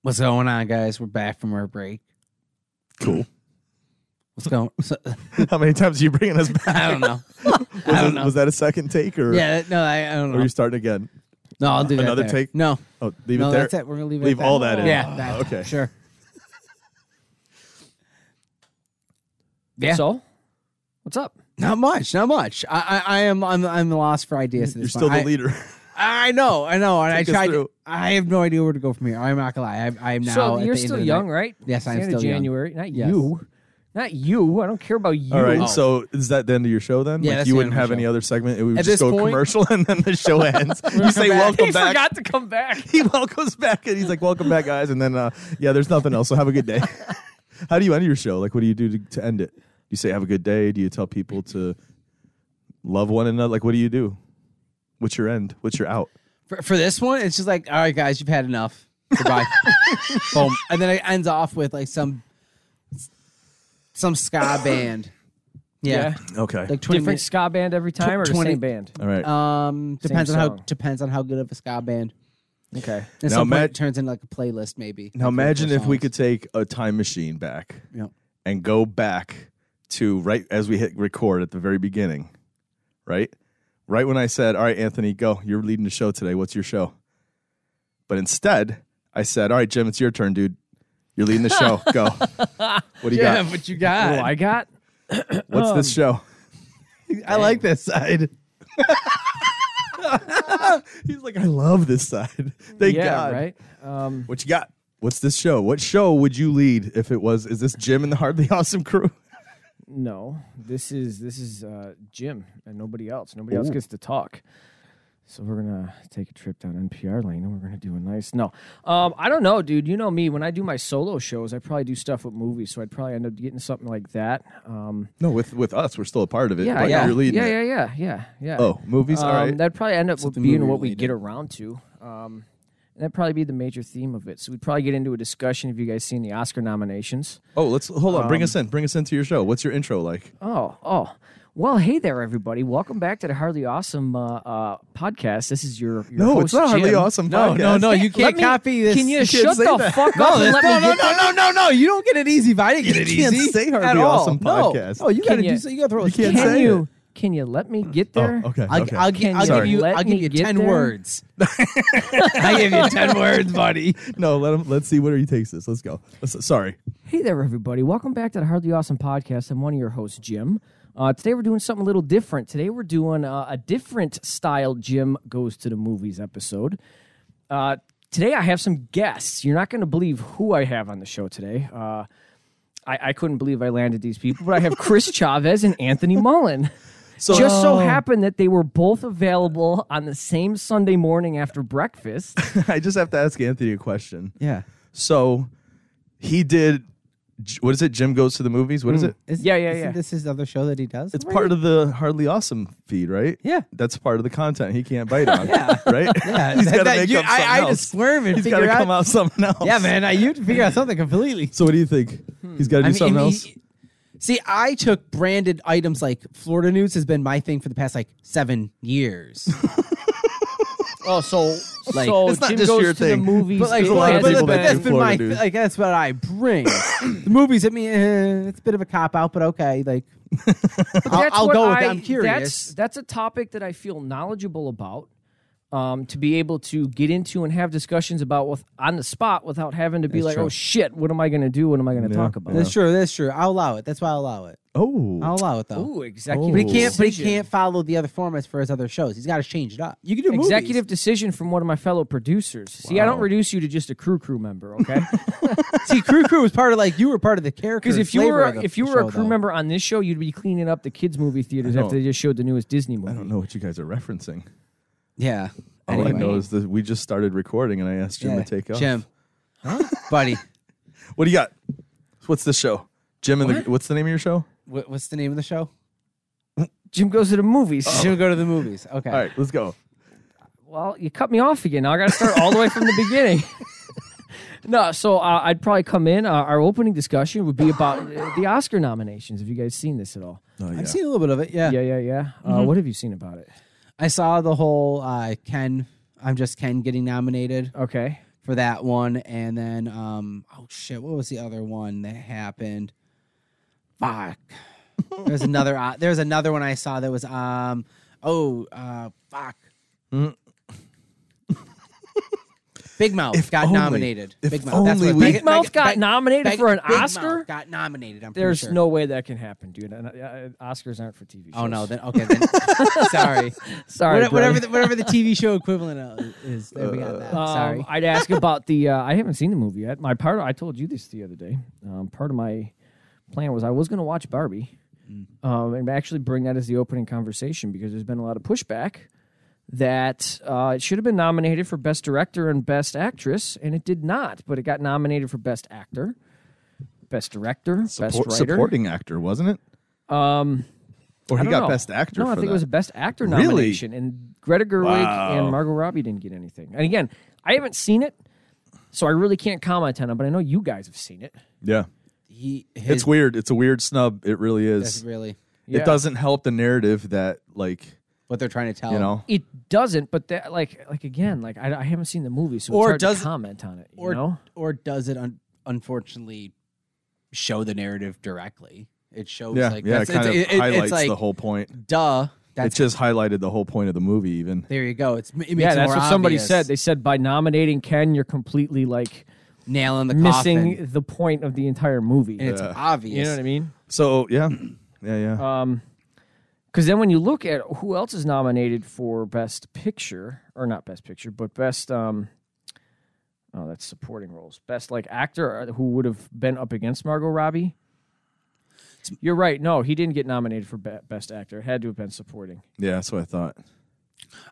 B: What's going on, guys? We're back from our break.
A: Cool.
B: What's going?
A: How many times are you bringing us back?
B: I don't know.
A: Was,
B: I don't
A: it-
B: know.
A: was that a second take or?
B: yeah, that- no, I, I don't
A: Or are
B: know.
A: you starting again?
B: No, I'll do that
A: another
B: there.
A: take?
B: No,
A: Oh, leave
B: no,
A: it there.
B: that's it. We're gonna leave it. at
A: Leave all that in.
B: Yeah.
A: Ah,
B: that-
A: okay.
B: Sure. Yeah.
C: So, what's up?
B: Not much, not much. I, I, I am, I'm, I'm lost for ideas. at
A: You're
B: this
A: still
B: point.
A: the leader.
B: I, I know, I know, and
A: Take us
B: I tried.
A: through.
B: To, I have no idea where to go from here. I'm not gonna lie. I, I am now.
C: so
B: at
C: you're
B: the end
C: still
B: of the
C: young,
B: night.
C: right?
B: Yes,
C: It's
B: I
C: the
B: am
C: end of
B: still young.
C: January. Not
B: Yes.
C: you. Not you. I don't care about you.
A: All right. So is that the end of your show then?
B: Oh. Yeah,
A: like
B: that's
A: you
B: the
A: wouldn't
B: end of my
A: have any
B: show.
A: other segment. It would
B: At
A: just
B: this
A: go
B: point-
A: commercial and then the show ends. you say
B: back.
A: welcome
C: he
A: back.
C: forgot to come back.
A: He welcomes back and he's like, "Welcome back, guys." And then, uh, yeah, there's nothing else. So have a good day. How do you end your show? Like, what do you do to, to end it? Do you say "Have a good day"? Do you tell people to love one another? Like, what do you do? What's your end? What's your out?
B: For, for this one, it's just like, all right, guys, you've had enough. Goodbye. Boom. And then it ends off with like some, some ska band. Yeah,
A: Okay.
B: like twenty
C: Different ska band every time or the
B: 20
C: same band?
A: All right.
B: minutes. Um, depends on how
C: song.
B: depends on how good of a ska band.
C: Okay.
B: At
A: Now
B: some
A: ima-
B: point, it turns into like a playlist, maybe.
A: now
B: like three or
A: imagine
B: four
A: if we
B: songs.
A: could take a time machine back
B: Yep.
A: and go back to right as we hit record at the very beginning, right? Right when I said, "All right, Anthony, go. You're leading the show today. What's your show?" But instead, I said, "All right, Jim, it's your turn, dude. You're leading the show. Go. What do you
B: Yeah,
A: got?
B: what you
C: Oh,
B: got?
C: I got.
A: What's this show?"
B: I like this side.
A: He's like, "I love this side. Thank
C: yeah,
A: God.
C: right? Um,
A: What you got? What's this show? What show would you lead if it was? Is this Jim and the Hardly Awesome Crew?
C: no, this is this is uh, Jim and nobody else. Nobody else gets to talk. So we're gonna take a trip down NPR lane and we're gonna do a nice. No, um, I don't know, dude. You know me. When I do my solo shows, I probably do stuff with movies, so I'd probably end up getting something like that. Um,
A: No, with with us, we're still a part of it.
C: yeah,
A: but
C: yeah,
A: You're leading
C: yeah,
A: it.
C: yeah, yeah, yeah, yeah.
A: Oh, movies.
C: Um,
A: All right.
C: That'd probably end up with
B: Something
C: being
B: movie
C: what we
B: related.
C: get around to. Um, And that'd probably be the major theme of it. So we'd probably get into a discussion if you guys seen the Oscar nominations.
A: Oh, let's hold on.
C: Um,
A: Bring us in. Bring us into your show. What's your intro like?
C: Oh, oh. Well, hey there, everybody. Welcome back to the Hardly Awesome uh, uh, podcast. This is your, your
A: No, it's
C: host,
A: not hardly
C: Jim.
A: awesome.
B: No, no, no, you can't
C: me-
B: copy this.
C: Can you
A: can't
C: shut
A: say
C: the
A: that.
C: fuck
B: No,
C: up? and
B: this-
C: let
B: no,
C: me
B: no,
C: get
B: no, no, no, no. You don't get it easy. Vi didn't get it
A: can't
B: easy.
A: say
B: at
A: Hardly
B: all.
A: Awesome
B: no.
A: podcast.
B: Oh, you
C: Can
B: got to
C: you-
B: do so. You got to throw.
A: You
B: a
A: can't
C: Can
A: say
C: you can you let me get there?
A: Oh, okay.
B: I'll,
A: okay.
B: I'll, gi-
C: Can
B: I'll
C: you
B: give you.
C: let
B: I'll
C: me
B: give you
C: get
B: ten
C: there?
B: words. I give you ten words, buddy.
A: no, let him. Let's see where he takes this. Let's go. Let's- sorry.
C: Hey there, everybody. Welcome back to the Hardly Awesome Podcast. I'm one of your hosts, Jim. Uh, today we're doing something a little different. Today we're doing uh, a different style Jim Goes to the Movies episode. Uh, today I have some guests. You're not going to believe who I have on the show today. Uh, I, I couldn't believe I landed these people, but I have Chris Chavez and Anthony Mullen.
A: So
C: Just so happened that they were both available on the same Sunday morning after breakfast.
A: I just have to ask Anthony a question.
B: Yeah.
A: So he did. What is it? Jim goes to the movies.
C: Hmm.
A: What is it?
B: Is,
C: Yeah, yeah,
B: isn't
C: yeah.
B: This his other show that he does.
A: It's part of the Hardly Awesome feed, right?
B: Yeah.
A: That's part of the content he can't bite on. yeah. Right?
B: Yeah,
A: He's
B: that-
A: got to
B: that-
A: make
B: you-
A: up something
B: I, I
A: else.
B: just swerve and
A: He's got
B: figure
A: to come
B: out.
A: out something else.
B: Yeah, man, I you figure out something completely.
A: So what do you think? He's got to do
B: I
A: something
B: mean,
A: else.
B: he- see, I took branded items like Florida News has been my thing for the past like seven years.
C: Oh, so
B: Like-
C: so
A: It's not
C: Jim
A: just
C: goes
A: your
C: to
A: thing.
C: the movies.
B: but like,
A: There's a lot of
B: but-
A: people
B: but
A: that
B: that's
A: do
B: been my
A: Florida News.
B: like that's what I bring. the movies, I mean, eh, it's a bit of a cop out, but okay. Like, I'll,
C: That's
B: I'll
C: what
B: go with
C: I-
B: it. I'm
C: That's,
B: curious.
C: that's a topic that I feel knowledgeable about. Um, to be able to get into and have discussions about with on the spot without having to be like, oh shit, what am I going to do? What am I going to talk about?
B: That's true. That's true. I'll allow it. That's why I'll allow it.
A: Oh.
B: I'll allow it though.
C: Ooh, executive.
B: But he can't. But he
C: decision.
B: can't follow the other formats for his other shows. He's got to change it up. You can do movies.
C: Executive decision from one of my fellow producers. See, I don't reduce you to just a crew crew member, okay?
B: See, Crew Crew was part of like you were part of the character.
C: Because if you
B: flavor
C: were
B: of the
C: if you were a
B: show,
C: crew
B: though.
C: member on this show, you'd be cleaning up the kids' movie theaters after they just showed the newest Disney movie.
A: I don't know what you guys are referencing.
B: yeah.
A: All I
B: Anyway.
A: know is that we just started recording and I asked Jim to
B: Yeah.
A: take off.
B: Jim, buddy,
A: What do you got? What's the show? Jim and the what's the name of your show?
B: what, what's the name of the show?
C: Jim goes to the movies.
B: Jim, go to the movies. Okay.
A: All right, let's go.
C: Well, you cut me off again. Now I got to start all the way from the beginning. no, so uh, I'd probably come in. Uh, our opening discussion would be about uh, the Oscar nominations. Have you guys seen this at all?
A: Oh, yeah.
B: I've seen a little bit of it. Yeah. Mm-hmm.
C: Yeah, yeah, yeah. Uh, what have you seen about it?
B: I saw the whole uh, Ken. I'm just Ken getting nominated
C: Okay.
B: for that one, and then um, oh shit, what was the other one that happened? Fuck. There's another. Uh, There's another one I saw that was um. Oh uh, fuck.
A: Hmm.
B: Big Mouth
A: If
B: got
A: only-
B: nominated.
A: if
B: Big Mouth. that's
A: only
B: what-
A: we-
C: Big
B: Beg-
C: Mouth
B: Beg-
C: got
B: Beg-
C: nominated
B: Beg-
C: for an
B: Big Mouth
C: Oscar?
B: got nominated. I'm pretty
C: There's
B: sure.
C: no way that can happen, dude. And, uh, uh, Oscars aren't for TV shows.
B: Oh no. Then okay. Then sorry.
C: Sorry.
B: What- whatever
C: brother.
B: the, whatever the TV show equivalent of is. There we got that.
C: Um,
B: sorry.
C: I'd ask about the. Uh, I haven't seen the movie yet. My part. I told you this the other day. Um, part of my plan was I was going to watch Barbie,
A: Mm.
C: um, and actually bring that as the opening conversation because there's been a lot of pushback that uh, it should have been nominated for best director and best actress, and it did not. But it got nominated for best actor, best director,
A: Support-
C: best writer.
A: supporting actor, wasn't it?
C: Um,
A: Or
C: I
A: he
C: don't
A: got
C: know.
A: best actor.
C: No, I
A: for
C: think
A: that.
C: it was a best actor
A: Really?
C: nomination, and Greta Gerwig
A: Wow.
C: and Margot Robbie didn't get anything. And again, I haven't seen it, so I really can't comment on it. But I know you guys have seen it.
A: Yeah,
B: He, his,
A: it's weird. It's a weird snub. It really
B: That's
A: is.
B: really
C: Yeah.
A: It doesn't help the narrative that like
B: what they're trying to tell.
A: you know.
C: It doesn't, but that like like again, like I, I haven't seen the movie, so
B: Or
C: it's hard
B: does-
C: to comment on it. You
B: or
C: know,
B: or does it un- unfortunately show the narrative directly? It shows
A: Yeah,
B: like
A: yeah. It
B: that's,
A: kind of
B: it's, it- it-
A: highlights
B: it's like
A: the whole point.
B: duh. That's
A: It just highlighted the whole point of the movie. Even
B: there you go. It's it makes
C: yeah,
B: it
C: that's
B: more
C: what somebody
B: obvious.
C: said. They said by nominating Ken, you're completely like
B: nail in the
C: missing
B: coffin,
C: the point of the entire movie.
B: and it's
A: Yeah.
B: obvious.
C: you know what I mean?
A: so, yeah, yeah, yeah.
C: Um, because then when you look at who else is nominated for best picture, or not best picture, but best um, oh that's supporting roles, best like actor uh, who would have been up against Margot Robbie. You're right. No, he didn't get nominated for be- best actor. It had to have been supporting.
A: yeah, that's what I thought.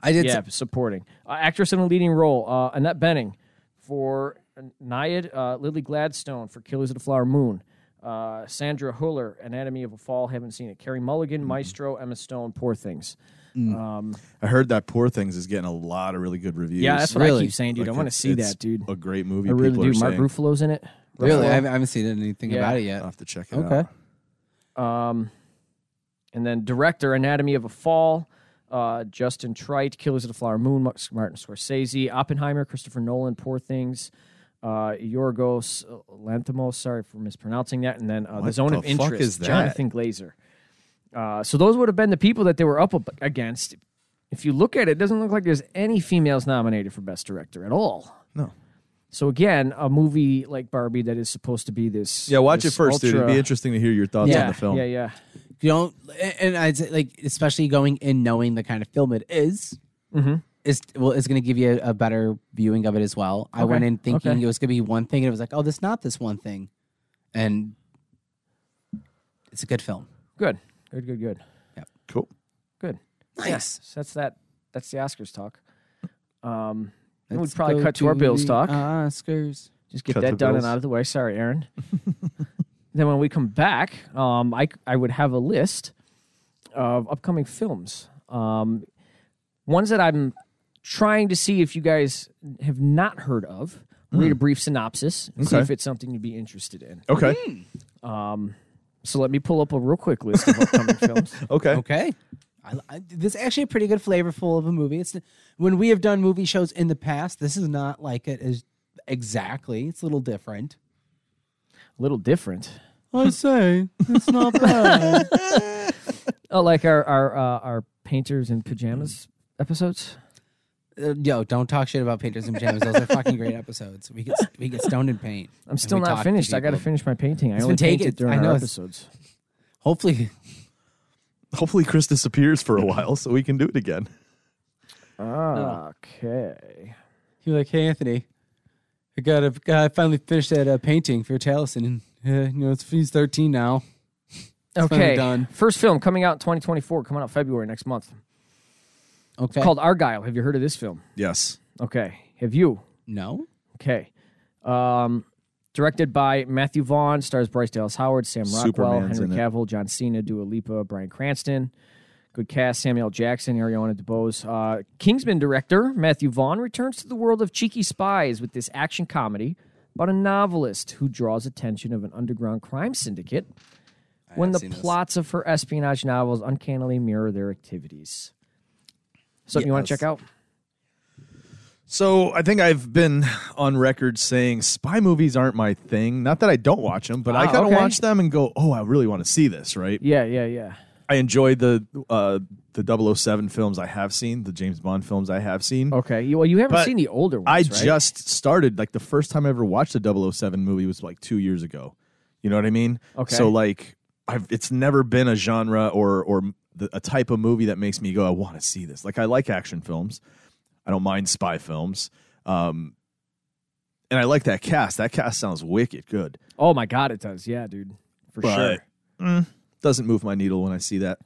B: I did.
C: yeah, supporting uh, actress in a leading role. Uh, Annette Benning for Naiad. Uh, Lily Gladstone for Killers of the Flower Moon.
A: Mm-hmm.
C: Uh, Sandra Huller, Anatomy of a Fall. Haven't seen it. Carrie Mulligan, Maestro, Emma Stone. Poor things.
A: Mm.
C: Um,
A: I heard that Poor Things is getting a lot of really good reviews.
C: yeah, that's what I
B: Really?
C: keep saying, dude. I
A: Like,
C: want to
A: it's-
C: see
A: it's
C: that, dude.
A: A great movie.
C: I really
A: people are
C: do. Mark
A: saying.
C: Ruffalo's in it.
B: Really, I
C: Ruffalo.
B: haven't, I haven't seen anything
C: Yeah.
B: about it
A: I'll
B: yet.
A: have to check it out.
C: Okay. Um, and then director Anatomy of a Fall, uh, Justin Trite, Killers of the Flower Moon, Mar- Martin Scorsese, Oppenheimer, Christopher Nolan, Poor Things, uh, Yorgos Lanthimos. Sorry for mispronouncing that. And then uh, the
A: What
C: Zone
A: the
C: of
A: fuck
C: Interest,
A: is that?
C: Jonathan Glazer. Uh, so those would have been the people that they were up ab- against. If you look at it, it doesn't look like there's any females nominated for Best Director at all.
A: No.
C: So again, a movie like Barbie that is supposed to be this.
A: Yeah, watch it
C: this
A: first, dude. It'd be
C: ultra-
A: interesting to hear your thoughts
C: yeah,
A: on the film.
C: Yeah, yeah.
B: You don't, and I like especially going in knowing the kind of film it is.
C: Mm-hmm.
B: Is well, it's going to give you a, a better viewing of it as well. I went
C: Okay,
B: in thinking
C: okay.
B: it was going to be one thing, and it was like, oh, this not this one thing, and it's a good film.
C: Good. Good, good, good.
A: Cool.
C: Good.
B: Nice.
C: So that's that that's the Oscars talk. Um and
B: Let's
C: we'd probably
B: go
C: cut to our Bills
B: the
C: talk.
B: Oscars.
C: Just get
A: cut to
C: that done and
A: Bills.
C: out of the way. Sorry, Aaron. then when we come back, um I c- I would have a list of upcoming films. Um ones that I'm trying to see if you guys have not heard of. Read a brief synopsis and see
A: Hmm. Okay.
C: if it's something you'd be interested in.
A: Okay.
C: Um so let me pull up a real quick list of upcoming films.
A: Okay.
B: Okay. I, I, this is actually a pretty good flavorful of a movie. It's when we have done movie shows in the past. This is not like it is exactly. It's a little different.
C: A little different.
M: I say, it's not bad.
C: Oh, like our our uh, our painters in pajamas
A: Hmm.
C: episodes.
B: Uh, yo, don't talk shit about painters and pajamas. Those are fucking great episodes. We get we get stoned in paint.
C: I'm still
B: we talk
C: not
B: to
C: finished. I got to
B: people.
C: finish my painting. I
B: It's
C: only
B: been taking-
C: painted during
B: I know,
C: our
B: it's-
C: episodes.
B: Hopefully,
A: Hopefully, Chris disappears for a while so we can do it again.
C: Okay.
B: you're like, hey Anthony, I got to I finally finished that uh, painting for Taliesin, and uh, you know it's he's 13 now. It's finally
C: Okay.
B: done.
C: First film coming out in 2024, coming out February next month.
B: Okay,
C: Called Argyle. Have you heard of this film?
A: Yes.
C: Okay. Have you?
B: no.
C: Okay. Um, directed by Matthew Vaughn, stars Bryce Dallas Howard, Sam Rockwell,
A: Superman's
C: Henry
A: in it.
C: Cavill, John Cena, Dua Lipa, Brian Cranston. Good cast: Samuel Jackson, Ariana DeBose. Uh, Kingsman director Matthew Vaughn returns to the world of cheeky spies with this action comedy about a novelist who draws attention of an underground crime syndicate when the
B: seen this.
C: plots of her espionage novels uncannily mirror their activities. Something you want to
A: Yes.
C: check out?
A: So I think I've been on record saying spy movies aren't my thing. Not that I don't watch them, but I
C: Ah,
A: kind of
C: okay.
A: watch them and go, "Oh, I really want to see this." Right?
C: Yeah, yeah, yeah.
A: I enjoy the uh, the 007 films I have seen, the James Bond films I have seen.
C: Okay. You- Well, you haven't
A: But
C: seen the older ones,
A: I
C: Oh, right?
A: just started like the first time I ever watched a 007 movie was like 2 years ago. You know what I mean?
C: Okay.
A: So like I've it's never been a genre or or the, a type of movie that makes me go I want to see this. Like I like action films. I don't mind spy films. Um and I like that cast. That cast sounds wicked good.
C: Oh my god, it does. Yeah, dude. For
A: But- mm,
C: sure.
A: Doesn't move my needle when I see that.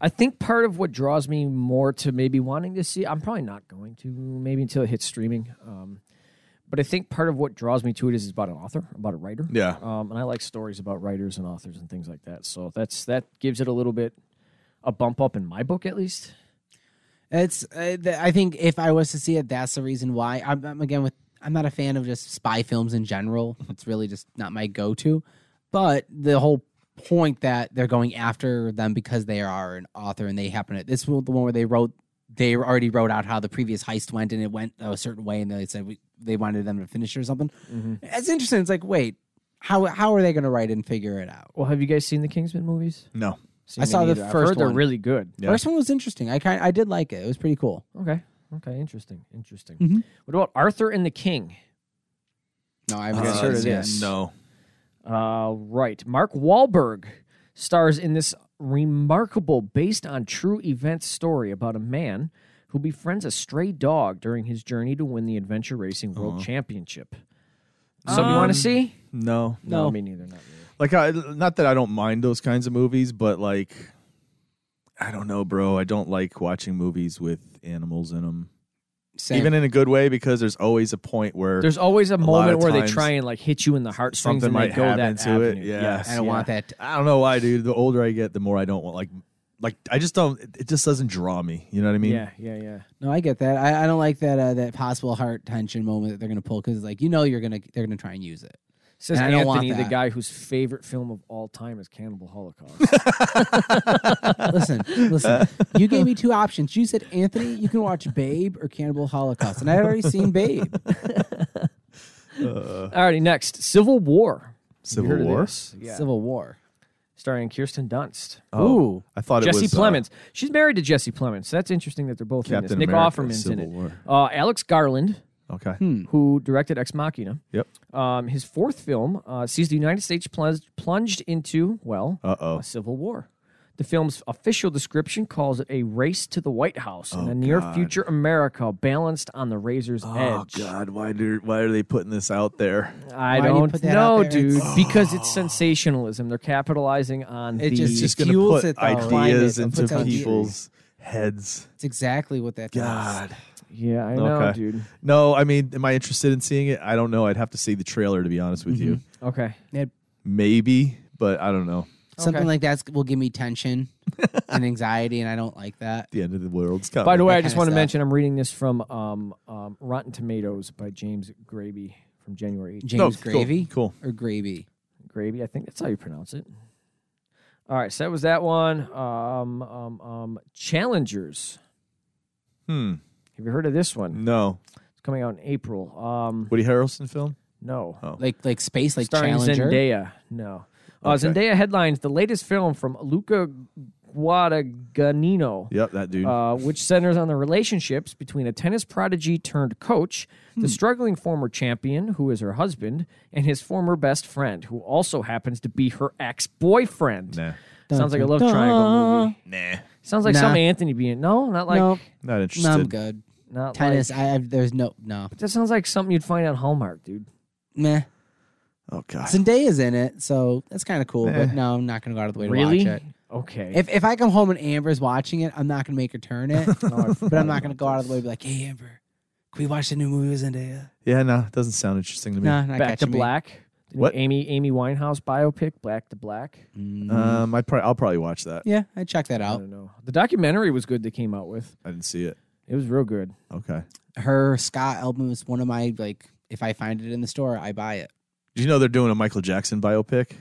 C: I think part of what draws me more to maybe wanting to see I'm probably not going to maybe until it hits streaming. Um but I think part of what draws me to it is it's about an author, about a writer.
A: Yeah.
C: Um, and I like stories about writers and authors and things like that. So that's that gives it a little bit a bump up in my book at least.
B: It's. Uh, th- I think if I was to see it, that's the reason why. I'm, I'm again with. I'm not a fan of just spy films in general. It's really just not my go-to. But the whole point that they're going after them because they are an author and they happen to. This was the one where they wrote. They already wrote out how the previous heist went and it went a certain way, and they said we, they wanted them to finish it or something. It's interesting. It's like, wait, how how are they going to write and figure it out?
C: Well, have you guys seen the Kingsman movies?
A: No.
C: Seen
B: I saw
C: them
B: the
C: either. I've
B: first
C: heard they're
B: one.
C: really good.
A: Yeah.
B: First one was interesting. I kind I did like it. It was pretty cool.
C: Okay. Okay, interesting. Interesting.
B: Mhm.
C: What about Arthur and the King?
B: No, I haven't
C: guys
B: seen
C: heard
B: it
C: of
B: yet.
C: this?
A: No.
C: Uh, right. Mark Wahlberg stars in this remarkable, based on true event story about a man who befriends a stray dog during his journey to win the adventure racing world championship. Something you want to see?
A: No.
C: No, me neither. Not really.
A: Like I not that I don't mind those kinds of movies, but like I don't know, bro. I don't like watching movies with animals in them.
B: Same.
A: even in a good way because there's always a point where
C: There's always a,
A: lot
C: moment
A: of
C: where they
A: times
C: try and like hit you in the heartstrings
A: something
C: and they
A: might
C: go that
A: happen to it.
C: avenue.
A: Yeah.
C: Yes,
B: I don't
C: yeah.
B: want that.
A: I don't know why, dude. The older I get, the more I don't want like like I just don't. It it just doesn't draw me. You know what I mean?
C: yeah, yeah, yeah.
B: No, I get that. I, I don't like that uh, that possible heart tension moment that they're gonna pull because like you know you're gonna they're gonna try and use it.
C: Says
B: And I
C: Anthony,
B: don't want
C: the
B: that.
C: guy whose favorite film of all time is Cannibal Holocaust.
B: listen,
A: Uh,
B: listen. You gave me two options. You said Anthony, you can watch Babe or Cannibal Holocaust, and I had already seen Babe.
C: Alrighty, next Civil War. You
A: Civil
C: heard of
A: War.
C: this? Yeah.
B: Civil War.
C: Starring Kirsten Dunst.
A: Oh,
B: Ooh.
A: I thought it
C: Jesse
A: was uh,
C: Plemons. She's married to Jesse Plemons. So that's interesting that they're both in this.
A: Captain
C: Nick
A: America,
C: Offerman's in
A: Civil
C: it. Hmm.
A: War.
C: Uh, Alex Garland,
A: Okay.
C: who directed Ex Machina.
A: Yep.
C: Um, his fourth film uh, sees the United States plunged, plunged into, well,
A: Uh-oh.
C: a civil war. The film's official description calls it a race to the White House and
A: Oh,
C: a near
A: God.
C: future America balanced on the razor's
A: Oh
C: edge.
A: God, why do why are they putting this out there?
C: I
B: Why'd you
C: don't
B: put that out
C: know,
B: there? It's-
C: dude. Because
A: Oh.
C: it's sensationalism. They're capitalizing on
B: It
C: the
A: It's just gonna
B: fuels
A: put
B: it, though.
A: ideas
B: Climate,
A: into
B: puts out
A: people's heads.
B: It's exactly what that. does.
A: God.
C: yeah. I know,
A: Okay.
C: dude.
A: No, I mean, am I interested in seeing it? I don't know. I'd have to see the trailer to be honest with you.
C: Okay.
B: Mm-hmm.
A: Maybe, but I don't know.
B: Something
C: Okay.
B: like that will give me tension and anxiety, and I don't like that.
A: The end of the world's coming.
C: By the way, I
B: Oh, that
C: just
B: kinda
C: want to
B: stuff.
C: mention I'm reading this from um, um, Rotten Tomatoes by James Graby from January 18th.
A: No,
B: James
A: cool,
B: Gravy
A: Cool.
B: or Gravy.
C: Graby, I think that's how you pronounce it. All right, so that was that one. Um, um, um, Challengers.
A: Hmm.
C: Have you heard of this one?
A: No.
C: It's coming out in April. Um,
A: Woody Harrelson film?
C: no.
A: Oh.
B: Like like space, like
C: Starring
B: Challenger.
C: Zendaya. No. Uh,
A: Okay.
C: Zendaya headlines the latest film from Luca Guadagnino.
A: Yep, that dude.
C: uh, which centers on the relationships between a tennis prodigy turned coach,
B: Hmm.
C: the struggling former champion, who is her husband, and his former best friend, who also happens to be her ex boyfriend.
A: nah.
C: Sounds like a love triangle movie.
A: Nah.
C: Sounds like
B: Nah.
C: some Anthony being. No, not like.
B: Nope.
A: Not
B: No,
A: interested.
B: I'm good.
C: Not
B: Tennis.
C: Like,
B: I, I there's no no
C: that sounds like something you'd find on Hallmark, dude.
B: meh.
A: oh god.
B: Zendaya's in it, so that's kind of cool. But no, I'm not gonna go out of the way to
C: Really?
B: watch it.
C: Okay.
B: If if I come home and Amber's watching it, I'm not gonna make her turn it. but I'm not gonna go out of the way and be like, "Hey, Amber, can we watch the new movie with Zendaya?"
A: Yeah, no, it doesn't sound interesting to me.
B: No,
C: Back
B: not
C: to
B: catching me.
C: Black. The new
A: What?
C: Amy Amy Winehouse biopic, Black to Black.
B: Mm,
A: Um, I probably I'll probably watch that.
B: yeah, I check that
C: I
B: out.
C: don't know. The documentary was good. They came out with.
A: I didn't see it.
C: It was real good.
A: Okay.
B: Her Scott album is one of my like. If I find it in the store, I buy it.
A: Did you know they're doing a Michael Jackson biopic?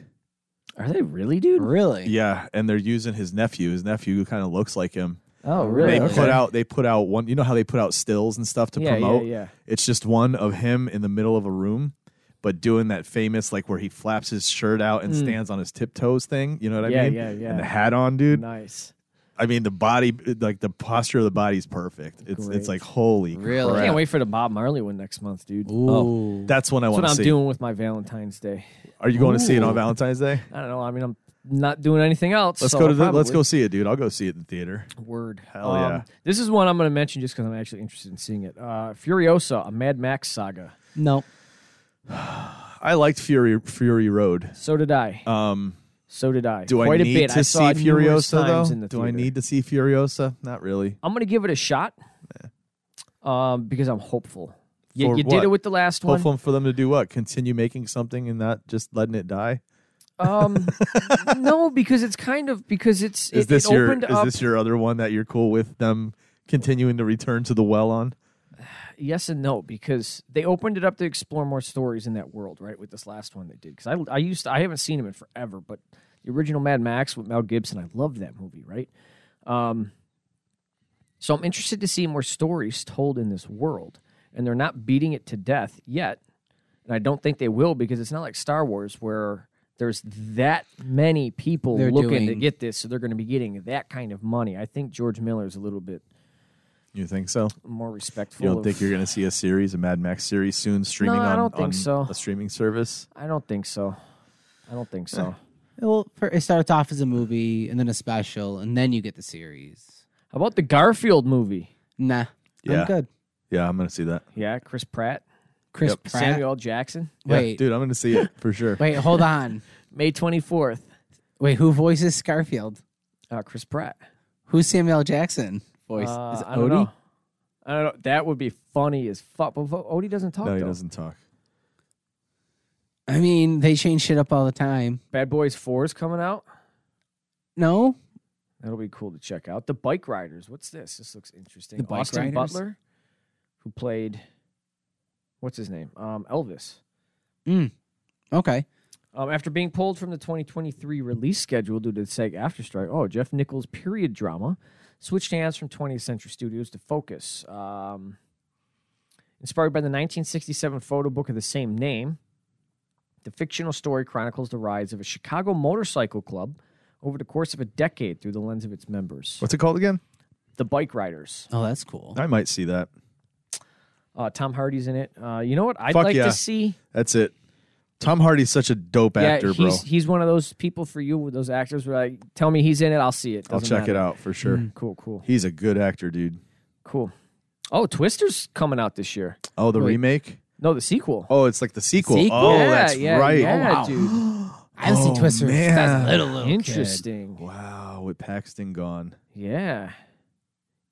C: Are they really, dude?
B: Really?
A: Yeah, and they're using his nephew. His nephew who kind of looks like him.
C: Oh, really?
A: They
C: Okay.
A: put out they put out one. You know how they put out stills and stuff to
C: yeah,
A: promote.
C: Yeah, yeah.
A: It's just one of him in the middle of a room, but doing that famous like where he flaps his shirt out and
C: Mm.
A: stands on his tiptoes thing. You know what I
C: Yeah,
A: mean?
C: yeah, yeah.
A: And the hat on, dude.
C: Nice.
A: I mean, the body, like the posture of the body is perfect. It's
C: Great.
A: it's like holy
B: Really?
A: crap.
C: I can't wait for the Bob Marley one next month, dude.
B: Ooh.
C: Oh,
A: That's when I
C: that's
A: want
C: what
A: to
C: I'm
A: see.
C: doing with my Valentine's Day.
A: Are you going to see it
B: Ooh.
A: on Valentine's Day?
C: I don't know. I mean, I'm not doing anything else.
A: Let's
C: so
A: go to the, let's
C: probably-
A: go see it, dude. I'll go see it in the theater.
C: Word. Um,
A: Hell yeah.
C: This is one I'm going to mention just because I'm actually interested in seeing it. Uh, Furiosa, a Mad Max saga.
B: No.
A: I liked Fury Fury Road.
C: So did I.
A: Um,
C: So did I.
A: do
C: Quite
A: I need
C: a bit.
A: to
C: I
A: see
C: saw it numerous
A: Furiosa
C: times
A: though?
C: In the
A: do I
C: theater.
A: need to see Furiosa? Not really.
C: I'm going to give it a shot. Um, because I'm hopeful. You,
A: For
C: you
A: what?
C: did it with the last one.
A: Hopeful for them to do what? Continue making something and not just letting it die.
C: Um, no, because it's kind of because it's
A: Is
C: it,
A: this
C: it
A: your
C: opened
A: is
C: up.
A: this your other one that you're cool with them continuing to return to the well on?
C: yes and no because they opened it up to explore more stories in that world, right? With this last one they did because I I used to, I haven't seen him in forever, but the original Mad Max with Mel Gibson, I loved that movie, right? Um, so I'm interested to see more stories told in this world, and they're not beating it to death yet, and I don't think they will because it's not like Star Wars where. There's that many people
B: They're
C: looking to
B: doing-
C: get this, so they're going to be getting that kind of money. I think George Miller is a little bit
A: You think so?
C: more respectful.
A: You don't
C: of-
A: think you're going to see a series, a Mad Max series soon streaming
C: No, I
A: on,
C: don't think
A: on
C: so.
A: a streaming service?
C: I don't think so. I don't think so. How
B: Well, for, it starts off as a movie and then a special, and then you get the series.
C: about the Garfield movie?
B: Nah.
A: Yeah.
B: I'm good.
A: Yeah, I'm going to see that.
C: Yeah, Chris Pratt,
B: Chris
A: Yep.
B: Pratt.
C: Samuel Jackson,
A: Yeah,
B: Wait,
A: dude, I'm going to see it for sure.
B: wait, hold on.
C: May 24th.
B: Wait, who voices Scarfield?
C: Uh, Chris Pratt.
B: Who's Samuel L. Jackson voice?
C: Uh,
B: Oh, Is it
C: I don't
B: Odie?
C: know. I don't know. That would be funny as fuck. But Vo- Odie doesn't talk.
A: no, he
C: though.
A: doesn't talk.
B: I mean, they change shit up all the time.
C: Bad Boys Four is coming out.
B: No,
C: That'll be cool to check out. The Bike Riders. What's this? This looks interesting.
B: The Bike
C: Austin
B: Riders?
C: Butler, who played, what's his name? Um, Elvis.
B: Okay.
C: Um, after being pulled from the 2023 release schedule due to the SAG afterstrike, oh, Jeff Nichols' period drama switched hands from 20th Century Studios to Focus. Um, inspired by the 1967 photo book of the same name, the fictional story chronicles the rise of a Chicago motorcycle club over the course of a decade through the lens of its members,
A: What's it called again?
C: the Bike Riders.
B: Oh, that's cool.
A: I might see that.
C: Uh, Tom Hardy's in it. Uh, you know what I'd
A: Fuck
C: like
A: yeah.
C: to see?
A: That's it. Tom Hardy's such a dope actor,
C: he's,
A: bro.
C: he's one of those people for you, those actors where like, tell me he's in it, I'll see it.
A: I'll
C: Doesn't
A: check it
C: matter. Mm.
A: out for sure.
C: Cool, cool.
A: He's a good actor, dude.
C: Cool. Oh, Twister's coming out this year.
A: Oh, the
C: Wait.
A: remake?
C: No, the sequel.
A: Oh, it's like the sequel.
B: Sequel?
A: Oh,
C: yeah,
A: that's
C: yeah,
A: right.
C: Yeah, dude.
B: I haven't seen
A: Oh,
B: Twister since I was a
A: man.
B: little, little kid.
C: Interesting.
A: Wow, with Paxton gone.
C: Yeah.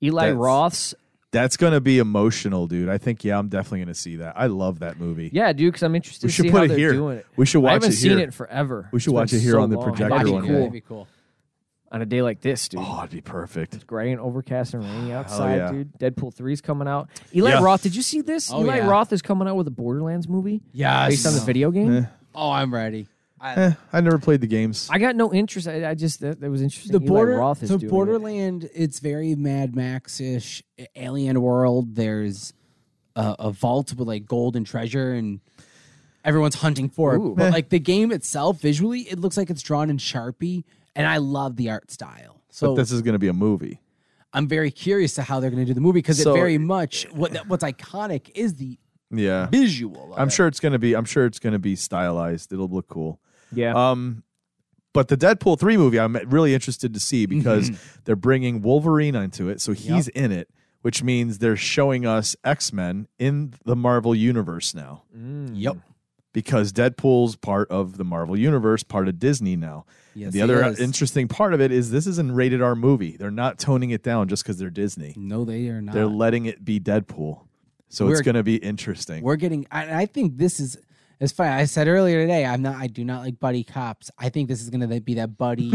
C: Eli
A: That's-
C: Roth's.
A: That's gonna be emotional, dude. I think yeah, I'm definitely gonna see that. I love that movie.
C: Yeah, dude, because I'm interested
A: we
C: to
A: should
C: see
A: put
C: how
A: it
C: they're
A: here.
C: doing it.
A: We should
C: I
A: watch
C: haven't
A: it here.
C: seen it in forever.
A: We should
C: It's
A: watch
C: been
A: it here
C: so
A: on the
C: long.
A: projector
C: That'd be
A: one day.
C: cool.
B: That'd be cool.
C: On a day like this, dude.
A: Oh, it'd be perfect.
C: Gray and overcast and rainy outside,
A: yeah.
C: dude. Deadpool 3 is coming out. Eli
A: Yeah.
C: Roth, did you see this?
B: Oh,
C: Eli
B: yeah.
C: Roth is coming out with a Borderlands movie
B: Yes.
C: based on the video game.
A: Eh.
B: Oh, I'm ready.
A: Eh, I never played the games.
C: I got no interest. I, I just, that, that was interesting.
B: The
C: Eli
B: border,
C: Roth is
B: the
C: doing it.
B: Borderland, it's very Mad Max ish, alien world. There's a, a vault with like gold and treasure, and everyone's hunting for it.
C: Ooh.
B: But like the game itself, visually, it looks like it's drawn in Sharpie, and I love the art style.
A: but
B: So
A: this is gonna be a movie.
B: I'm very curious to how they're going to do the movie because
A: So-
B: it very much what what's iconic is the
A: Yeah.
B: visual. Of
A: I'm
B: it.
A: sure it's gonna be I'm sure it's gonna be stylized. It'll look cool.
C: Yeah.
A: Um, but the Deadpool three movie, I'm really interested to see because
C: Mm-hmm.
A: they're bringing Wolverine into it, so he's in it, which means they're showing us X Men in the Marvel universe now
C: Mm.
B: Yep.
A: because Deadpool's part of the Marvel universe, part of Disney now.
B: Yes,
A: the
B: it
A: other
B: is.
A: interesting part of it is this is a rated R movie. They're not toning it down just because they're Disney.
B: no, they are not.
A: They're letting it be Deadpool, so it's
B: We're-
A: going to be interesting.
B: We're getting. I, I think this is. It's funny. I said earlier today. I'm not. I do not like buddy cops. I think this is gonna be that buddy.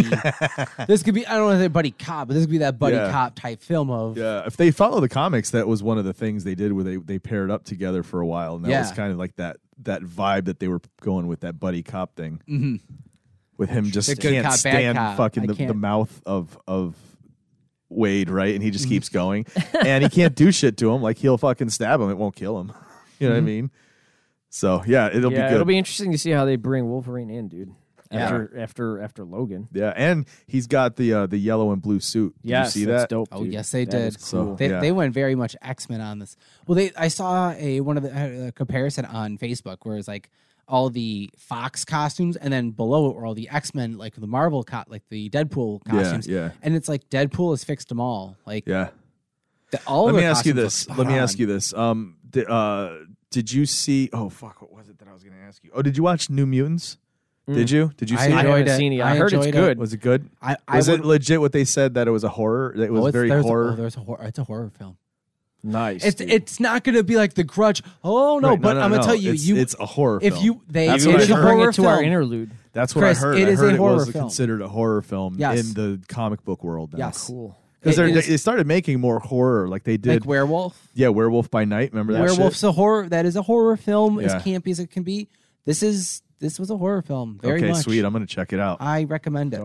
B: this could be. I don't want to say buddy cop, but this could be that buddy
A: Yeah.
B: cop type film of.
A: Yeah, if they follow the comics, that was one of the things they did where they they paired up together for a while, and that was
B: Yeah.
A: kind of like that that vibe that they were going with that buddy cop thing,
B: Mhm.
A: with him just
B: The good
A: can't
B: cop, bad
A: stand
B: cop. I
A: fucking the, the
B: can't-
A: mouth of of Wade, right? And he
B: Mm-hmm.
A: just keeps going, and he can't do shit to him. Like he'll fucking stab him, it won't kill him. You
B: Mm-hmm.
A: know what I mean? So yeah, it'll
C: yeah,
A: be good.
C: it'll be interesting to see how they bring Wolverine in, dude. After after after Logan.
A: yeah, and he's got the uh, the yellow and blue suit. Did
C: Yeah,
A: you see
C: that's
A: that?
C: dope.
B: Oh
C: dude.
B: yes, they
C: That
B: did.
C: is cool.
B: They,
A: Yeah.
B: they went very much X Men on this. Well, they I saw a one of the uh, a comparison on Facebook where it's like all the Fox costumes, and then below it were all the X Men, like the Marvel, co- like the Deadpool
A: Yeah,
B: costumes.
A: yeah.
B: And it's like Deadpool has fixed them all. Like
A: Yeah.
B: the, all.
A: let
B: their
A: me ask you
B: costumes look
A: this.
B: spot
A: Let me ask
B: on.
A: you this. Um, di- uh, did you see? Oh fuck, what was it that I was going to ask you? Oh, did you watch New Mutants? Did you? Did you
B: Mm. I
A: see?
C: I
A: it?
C: haven't
B: enjoyed it.
C: seen it. I,
B: I
C: heard it's
B: enjoyed it.
C: good.
A: Was it good?
B: I, I
A: Was
B: would-
A: it legit? What they said that it was a horror. That it was
B: oh, it's-
A: very
B: there's
A: horror.
B: A, oh, there's a horror. It's a horror film.
C: nice.
B: It's
C: dude.
B: it's not gonna be like The Grudge. Oh no,
A: Right,
B: but I'm gonna
A: no,
B: tell you,
A: it's,
B: you
A: it's a horror.
B: if
A: film.
B: you they
A: That's
B: they
A: what I
B: should
A: heard.
B: bring
C: Horror
B: it to our
C: our interlude.
A: that's what
B: Chris,
A: I heard.
B: it
A: I
B: is a
A: heard it
B: horror
A: was
B: film.
A: considered a horror film
B: Yes.
A: in the comic book world. Now.
B: Yes,
C: Cool.
A: because
B: It is-
A: they started making more horror. Like they did.
B: like Werewolf.
A: yeah, Werewolf by Night. Remember that? shit?
B: Werewolf's a horror. That is a horror film.
A: Yeah.
B: As campy as it can be. This is this was a horror film. Very
A: Okay,
B: much.
A: sweet. I'm gonna check it out.
B: I recommend it.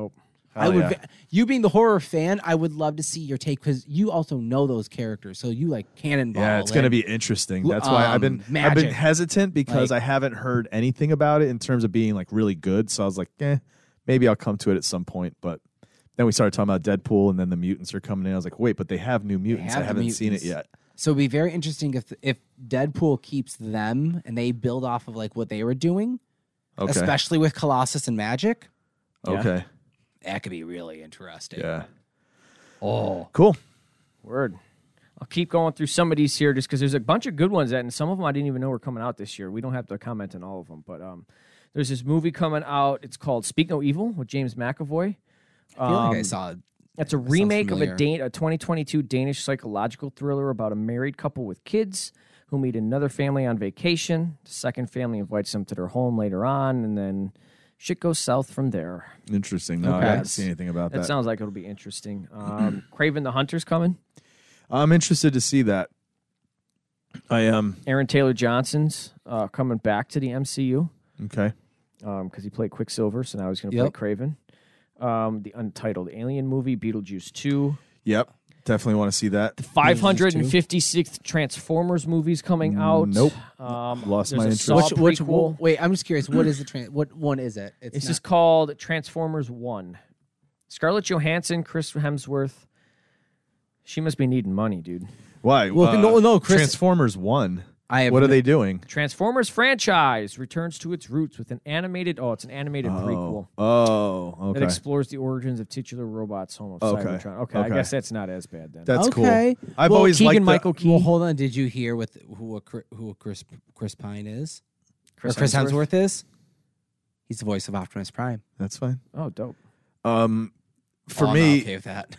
B: I
A: Hell
B: would.
A: yeah.
B: ve- You being the horror fan, I would love to see your take because you also know those characters, so you like cannonball.
A: Yeah, it's going to
B: and-
A: be interesting.
B: L-
A: That's why I've been
B: um,
A: I've been
B: magic.
A: hesitant because
B: Like-
A: I haven't heard anything about it in terms of being like really good. So I was like, eh, maybe I'll come to it at some point. But then we started talking about Deadpool, and then the mutants are coming in. I was like, wait, but they have new mutants. I
B: have the
A: haven't seen it
B: mutants.
A: yet.
B: So it'd be very interesting if if Deadpool keeps them and they build off of like what they were doing,
A: Okay.
B: especially with Colossus and Magic.
A: okay.
B: That could be really interesting.
A: Yeah.
B: Oh,
A: Cool.
C: Word. I'll keep going through some of these here just because there's a bunch of good ones that, and some of them I didn't even know were coming out this year. We don't have to comment on all of them, but um, there's this movie coming out. It's called Speak No Evil with James McAvoy.
B: I feel like I
C: Um,
B: saw it.
C: It's a
B: sounds
C: remake of a,
B: familiar.
C: Dan- a 2022 Danish psychological thriller about a married couple with kids who meet another family on vacation. The second family invites them to their home later on, and then shit goes south from there.
A: Interesting. No,
C: Okay.
A: I haven't seen anything about
C: That,
A: that.
C: sounds like it'll be interesting. Um, Craven the Hunter's coming.
A: I'm interested to see that. I am.
C: Aaron Taylor Johnson's uh, coming back to the MCU
A: Okay.
C: because um, he played Quicksilver, so now he's going to play
B: Yep.
C: Craven. Um, the untitled Alien movie, Beetlejuice 2.
A: Yep. Definitely want to see that.
C: 556th Transformers movies coming out.
A: Mm, Nope.
C: Um,
A: Lost
C: there's
A: my
C: a
A: interest.
C: Saw
B: Which, which
C: prequel.
B: one- wait, I'm just curious. What is the tran what one is it?
C: It's
B: not-
C: just called Transformers One. Scarlett Johansson, Chris Hemsworth. She must be needing money, dude.
A: Why? Uh,
B: Well, no, no, Chris-
A: Transformers One.
B: I have
A: What are
B: no-
A: they doing?
C: Transformers franchise returns to its roots with an animated. Oh, it's an animated prequel
A: Oh. Oh.
C: that
A: Okay.
C: explores the origins of titular robots, Home of
A: Okay.
C: Cybertron. Okay, I
A: Okay.
C: guess that's not as bad then.
A: That's
B: Okay.
A: cool. I've
C: Well,
A: always liked the-
C: Keegan-Michael Key.
B: Well, hold on. Did you hear with who a, Chri- who a Chris Chris Pine is? Chris, or Chris Hemsworth. is? He's the voice of Optimus Prime.
A: That's fine.
C: Oh, dope.
A: Um, for
B: Oh, I'm not
A: me,
B: okay with that.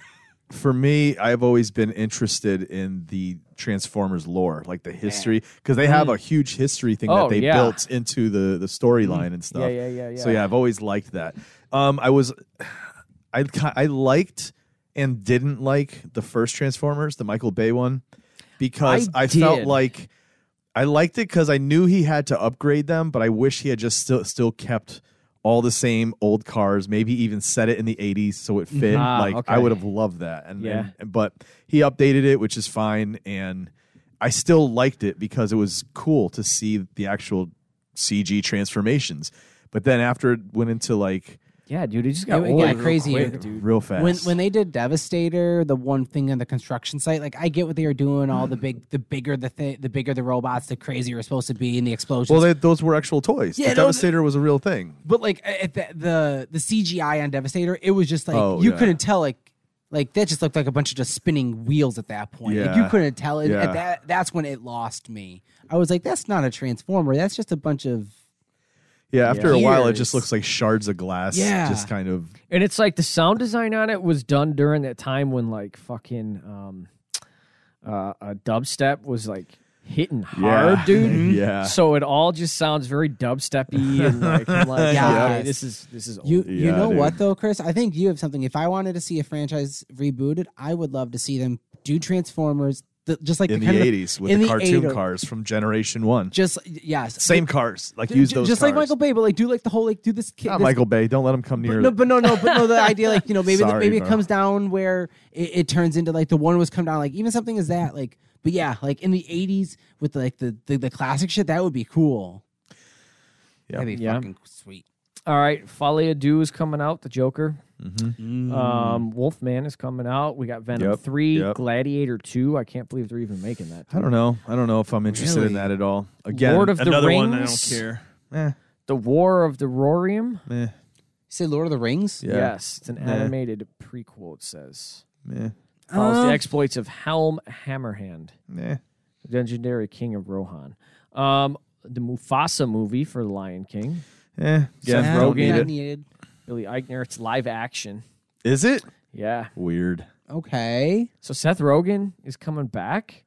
A: for me, I've always been interested in the Transformers lore, like the history, because they have a huge history thing
C: Mm. Oh,
A: that they
C: yeah.
A: built into the the storyline and stuff.
C: Yeah, yeah, yeah, yeah.
A: So yeah, I've always liked that. Um, I was, I ki- I liked and didn't like the first Transformers, the Michael Bay one, because
C: I
A: I, felt
C: did.
A: like I liked it because I knew he had to upgrade them, but I wish he had just still still kept all the same old cars, maybe even set it in the 80s so it fit.
C: Ah,
A: like
C: okay.
A: I would have loved that. And,
C: Yeah.
A: and- but he updated it, which is fine and I still liked it because it was cool to see the actual CG transformations. But then after it went into like
C: Yeah, dude, it just got
B: It
C: old
B: got
C: real
B: crazier.
C: quick, dude.
A: real fast.
B: When when they did Devastator, the one thing on the construction site, like I get what they were doing. All the big, the bigger the thing, the bigger the robots, the crazier it's supposed to be, and the explosions.
A: well, they, those were actual toys.
B: Yeah,
A: the
B: no,
A: Devastator was a real thing.
B: but like at the, the the CGI on Devastator, it was just like
A: Oh,
B: you
A: yeah.
B: couldn't tell like like that just looked like a bunch of just spinning wheels at that point. Like you
A: Yeah.
B: couldn't tell it.
A: Yeah.
B: At that that's when it lost me. I was like, that's not a transformer. That's just a bunch of
A: Yeah, after a while, it just
B: Years.
A: looks like shards of glass.
B: Yeah.
A: just kind of.
C: And it's like the sound design on it was done during that time when like fucking um uh, uh dubstep was like hitting hard,
A: Yeah.
B: Mm-hmm.
C: dude.
A: Yeah.
C: So it all just sounds very dubsteppy and like, I'm like
B: Yeah.
C: okay, this is this is old.
B: you. you
A: Oh, Yeah,
B: know
A: dude.
B: what though, Chris? I think you have something. If I wanted to see a franchise rebooted, I would love to see them do Transformers, the, just like
A: in
B: the
A: the
B: kind of
A: eighties with
B: in
A: the,
B: the
A: cartoon
B: 80s.
A: cars from Generation One.
B: just yes,
A: Same cars, like
B: Ju-
A: use
B: ju-
A: those.
B: just like
A: cars.
B: Michael Bay, but like do like the whole like do this kid.
A: Not
B: this
A: Michael Bay. Don't let him come near.
B: But no, but no, no, but no. The idea, like you know, maybe
A: Sorry,
B: maybe it
A: bro.
B: comes down where it, it turns into like the one was come down, like even something as that, like. But yeah, like in the '80s with like the the, the classic shit, that would be cool.
A: Yeah.
B: That'd be
C: Yeah.
B: fucking sweet.
C: All right, Folly Ado is coming out, the Joker.
A: Mhm.
C: Um Wolfman is coming out. We got Venom
A: Yep,
C: 3,
A: yep.
C: Gladiator 2. I can't believe they're even making that.
A: I don't know. I don't know if I'm interested
B: Really?
A: in that at all. Again,
C: Lord of the
A: another one. I don't
C: Rings?
A: care. Eh,
C: The War of the Rorium?
A: eh,
B: Say Lord of the Rings.
A: yeah,
C: Yes, it's an
A: Nah.
C: animated prequel it says.
A: eh,
C: follows
B: Um,
C: the exploits of Helm Hammerhand,
A: eh.
C: the legendary king of Rohan. Um, the Mufasa movie for The Lion King.
A: Eh,
C: Yeah,
B: Nah,
A: again, bro,
C: Rogan.
B: not
A: need it.
B: needed.
C: Billy Eichner, it's live action.
A: Is it
C: Yeah.
A: weird?
B: Okay.
C: So Seth Rogen is coming back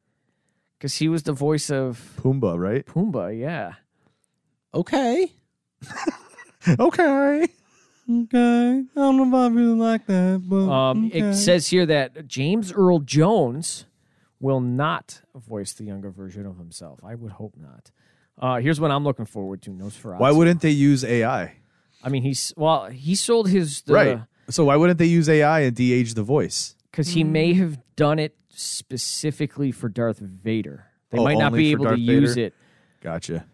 C: because he was the voice of
A: Pumbaa, right?
C: Pumbaa. Yeah.
B: Okay.
A: okay.
E: Okay. I don't know if I really like that,
B: Oh,
E: but
C: Um,
E: okay.
C: It says here that James Earl Jones will not voice the younger version of himself. I would hope not. Uh, here's what I'm looking forward to Nosferatu.
A: Why wouldn't they use AI?
C: I mean he's well he sold his the,
A: Right. So why wouldn't they use AI and de-age the voice?
C: because he may have done it specifically for Darth Vader. They
A: Oh,
C: might not
A: only
C: be
A: for
C: able
A: Darth
C: to
A: Vader?
C: use it.
A: Gotcha.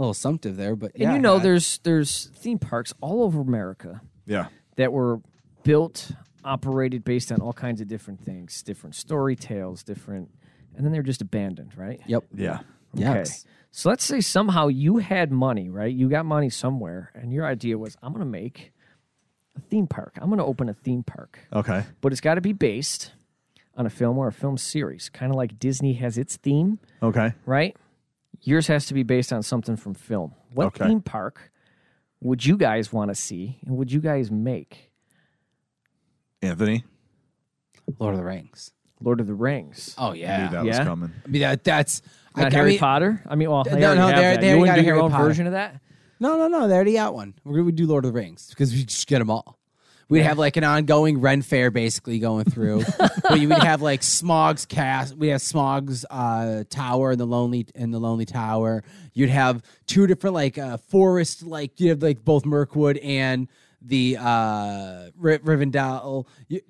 B: little assumptive there, but
C: And you know, there's there's theme parks all over America
H: Yeah.
C: that were built, operated based on all kinds of different things, different story tales, different, and then they're just abandoned, right?
B: Yep.
H: Yeah.
B: Yes.
C: So let's say somehow you had money, right? You got money somewhere, and your idea was, I'm going to make a theme park. I'm going to open a theme park,
H: Okay.
C: but it's got to be based on a film or a film series, kind of like Disney has its theme,
H: Okay.
C: right? Yours has to be based on something from film. What
H: Okay.
C: theme park would you guys want to see, and would you guys make?
H: Anthony,
B: Lord of the Rings.
C: Lord of the Rings.
B: Oh
H: I
B: yeah.
H: knew that was
C: Yeah.
H: coming.
B: I mean, that, that's I-
C: Not
B: I
C: Harry
B: mean-
C: Potter. I mean, well,
B: No,
C: they already
B: no,
C: have
B: they-
C: that.
B: they
C: you
B: already
C: wouldn't
B: got
C: do
B: a
C: your
B: Harry
C: own
B: Potter.
C: version of that.
B: No, no, no. They already got one. We're gonna do Lord of the Rings because we just get them all. We'd have like an ongoing Ren fair basically going through. but you would have like Smog's cast. We have Smog's uh, tower and the lonely and the lonely tower. You'd have two different like uh, forest like you have like both Mirkwood and the uh, Ri Rivendell. You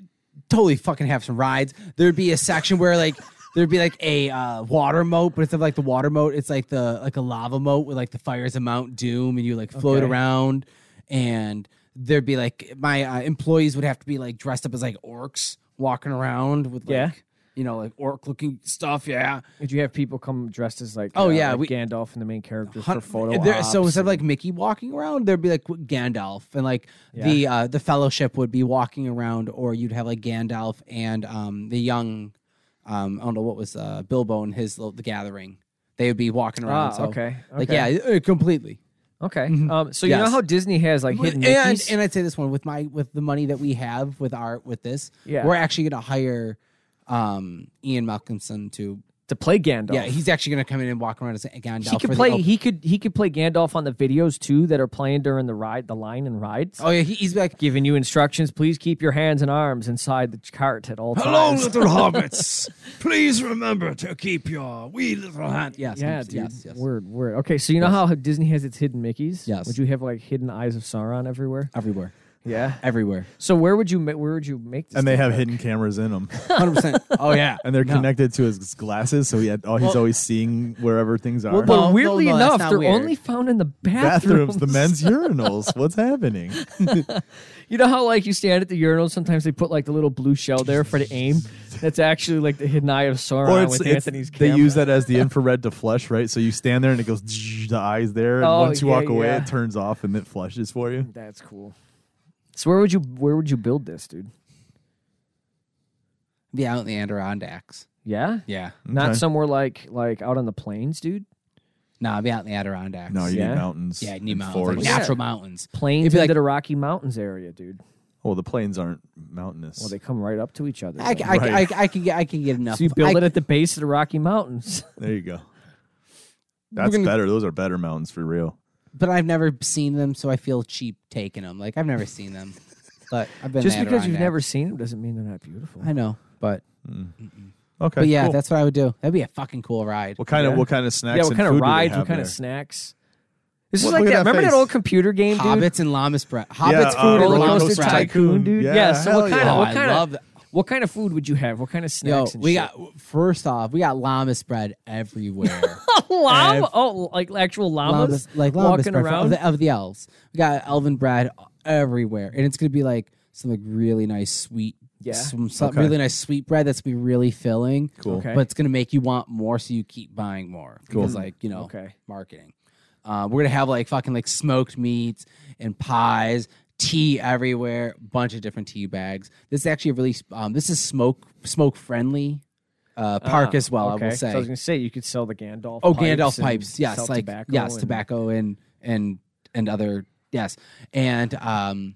B: totally fucking have some rides. There'd be a section where like. There'd be like a uh, water moat, but instead of like the water moat, it's like the like a lava moat with like the fires of Mount Doom, and you like float
C: Okay.
B: around. And there'd be like my uh, employees would have to be like dressed up as like orcs walking around with like
C: Yeah.
B: you know like orc looking stuff. Yeah,
C: Did you have people come dressed as like?
B: Oh,
C: uh,
B: yeah,
C: like
B: we-
C: Gandalf and the main characters
B: Hun-
C: for photo
B: there- so
C: ops
B: instead of like Mickey walking around, there'd be like Gandalf and like the uh, the Fellowship would be walking around, or you'd have like Gandalf and um, the young um, I don't know what was uh, Bilbo and his little, the Gathering. They would be walking around.
C: Ah,
B: so
C: okay,
B: like yeah,
C: okay.
B: uh, completely.
C: Okay.
B: Mhm.
C: Um, so you know
B: Yes.
C: how Disney has like hidden
B: and,
C: Mickeys?
B: and I'd say this one with my with the money that we have with our with this,
C: Yeah.
B: we're actually going to hire um, Ian Malcolmson to.
C: to play Gandalf.
B: Yeah, he's actually going to come in and walk around as Gandalf.
C: he could
B: for the
C: play.
B: open-
C: He could he could play Gandalf on the videos too that are playing during the ride, the line and rides.
B: oh yeah, he, he's like
C: Giving you instructions, please keep your hands and arms inside the cart at all
E: Hello,
C: times.
E: little hobbits. Please remember to keep your wee little hand.
B: yes,
C: Yeah,
B: yes,
C: dude.
B: yes, yes.
C: Word, word. Okay, so you know how Disney has its hidden Mickey's?
B: Yes.
C: Would you have like hidden eyes of Sauron everywhere?
B: everywhere,
C: Yeah.
B: everywhere,
C: So where would you ma- where would you make this?
A: and they
C: thing
A: have
C: work?
A: hidden cameras in them,
B: hundred percent. Oh yeah,
A: and they're
B: No.
A: connected to his glasses, so he had, oh, he's always seeing wherever things are.
C: Well,
B: No,
C: but
B: no,
C: weirdly
B: no, that's
C: enough,
B: not
C: they're
B: weird.
C: only found in the bathrooms.
A: Bathrooms, the men's urinals. What's happening?
C: You know how like you stand at the urinal, sometimes they put like the little blue shell there for the aim. That's actually like the hidden eye of Sauron with Anthony's
A: they
C: camera.
A: use that as the infrared to flush, right? So you stand there and it goes the eyes there, and
C: Oh,
A: once you walk
C: yeah,
A: away,
C: yeah.
A: it turns off and it flushes for you.
C: That's cool. So where would you where would you build this, dude?
B: Be out in the Adirondacks.
C: Yeah,
B: Yeah,
C: not
A: Okay.
C: somewhere like like out on the plains, dude.
B: no, I'd be out in the Adirondacks.
A: No, you
C: Yeah.
A: need mountains.
B: yeah, I need
A: and
B: mountains, like
A: forests.
C: Yeah.
B: natural mountains.
C: Plains
B: It'd be
C: into
B: like-
C: the Rocky Mountains area, dude.
A: Well, the plains aren't mountainous.
C: Well, they come right up to each other.
B: I,
C: though.
B: I,
A: Right.
B: I, I, can get, I can get enough.
C: so you build
B: I,
C: it at the base of the Rocky Mountains.
A: there you go. That's
B: gonna-
A: better. Those are better mountains for real.
B: but I've never seen them, so I feel cheap taking them. Like I've never seen them, but I've been
C: Just
B: in the
C: because you've
B: Adirondacks.
C: never seen them doesn't mean they're not beautiful.
B: I know, but
A: Okay.
B: but yeah,
A: cool.
B: that's what I would do. That'd be a fucking cool ride.
A: what kind
C: Yeah.
A: of what kind of snacks?
C: yeah, what
A: and
C: kind
A: food
C: of
A: do they
C: rides? What
A: have
C: kind of
A: there?
C: snacks? This
A: Look-
C: is like
A: look at
C: that.
A: that
C: Remember that
A: face.
C: old computer game, dude?
B: Hobbits and Llamas bread. Hobbits
A: Yeah,
B: food
A: uh,
B: and
C: Roller
B: Llamas
C: Coaster
B: bread.
C: Tycoon, dude. Yeah.
A: Yeah,
C: so
A: hell
C: what kind
A: yeah.
C: of
B: Oh,
C: what
B: I
C: kind of
B: love that.
C: what kind of food would you have? What kind of
B: Yo,
C: snacks? and
B: we
C: shit?
B: got first off, we got llamas bread everywhere.
C: llama.
B: Ev-
C: oh, like actual llamas,
B: llamas, like llamas
C: walking
B: bread for-
C: around.
B: of the, of the elves. We got elven bread everywhere, and it's gonna be like some like really nice sweet,
C: Yeah.
B: some, some
A: Okay.
B: really nice sweet bread that's gonna be really filling.
A: Cool.
C: Okay.
B: but it's gonna make you want more, so you keep buying more. Cool, because, like you know,
C: Okay.
B: marketing. Uh, we're gonna have like fucking like smoked meats and pies, tea everywhere, bunch of different tea bags. This is actually a really um, this is smoke smoke friendly uh, park
C: Ah,
B: as well.
C: okay.
B: I will say.
C: So I was gonna say you could sell the Gandalf.
B: Oh,
C: pipes
B: Gandalf
C: and
B: pipes.
C: sell
B: Yes, like
C: tobacco
B: yes,
C: and-
B: tobacco and and and other yes, and um,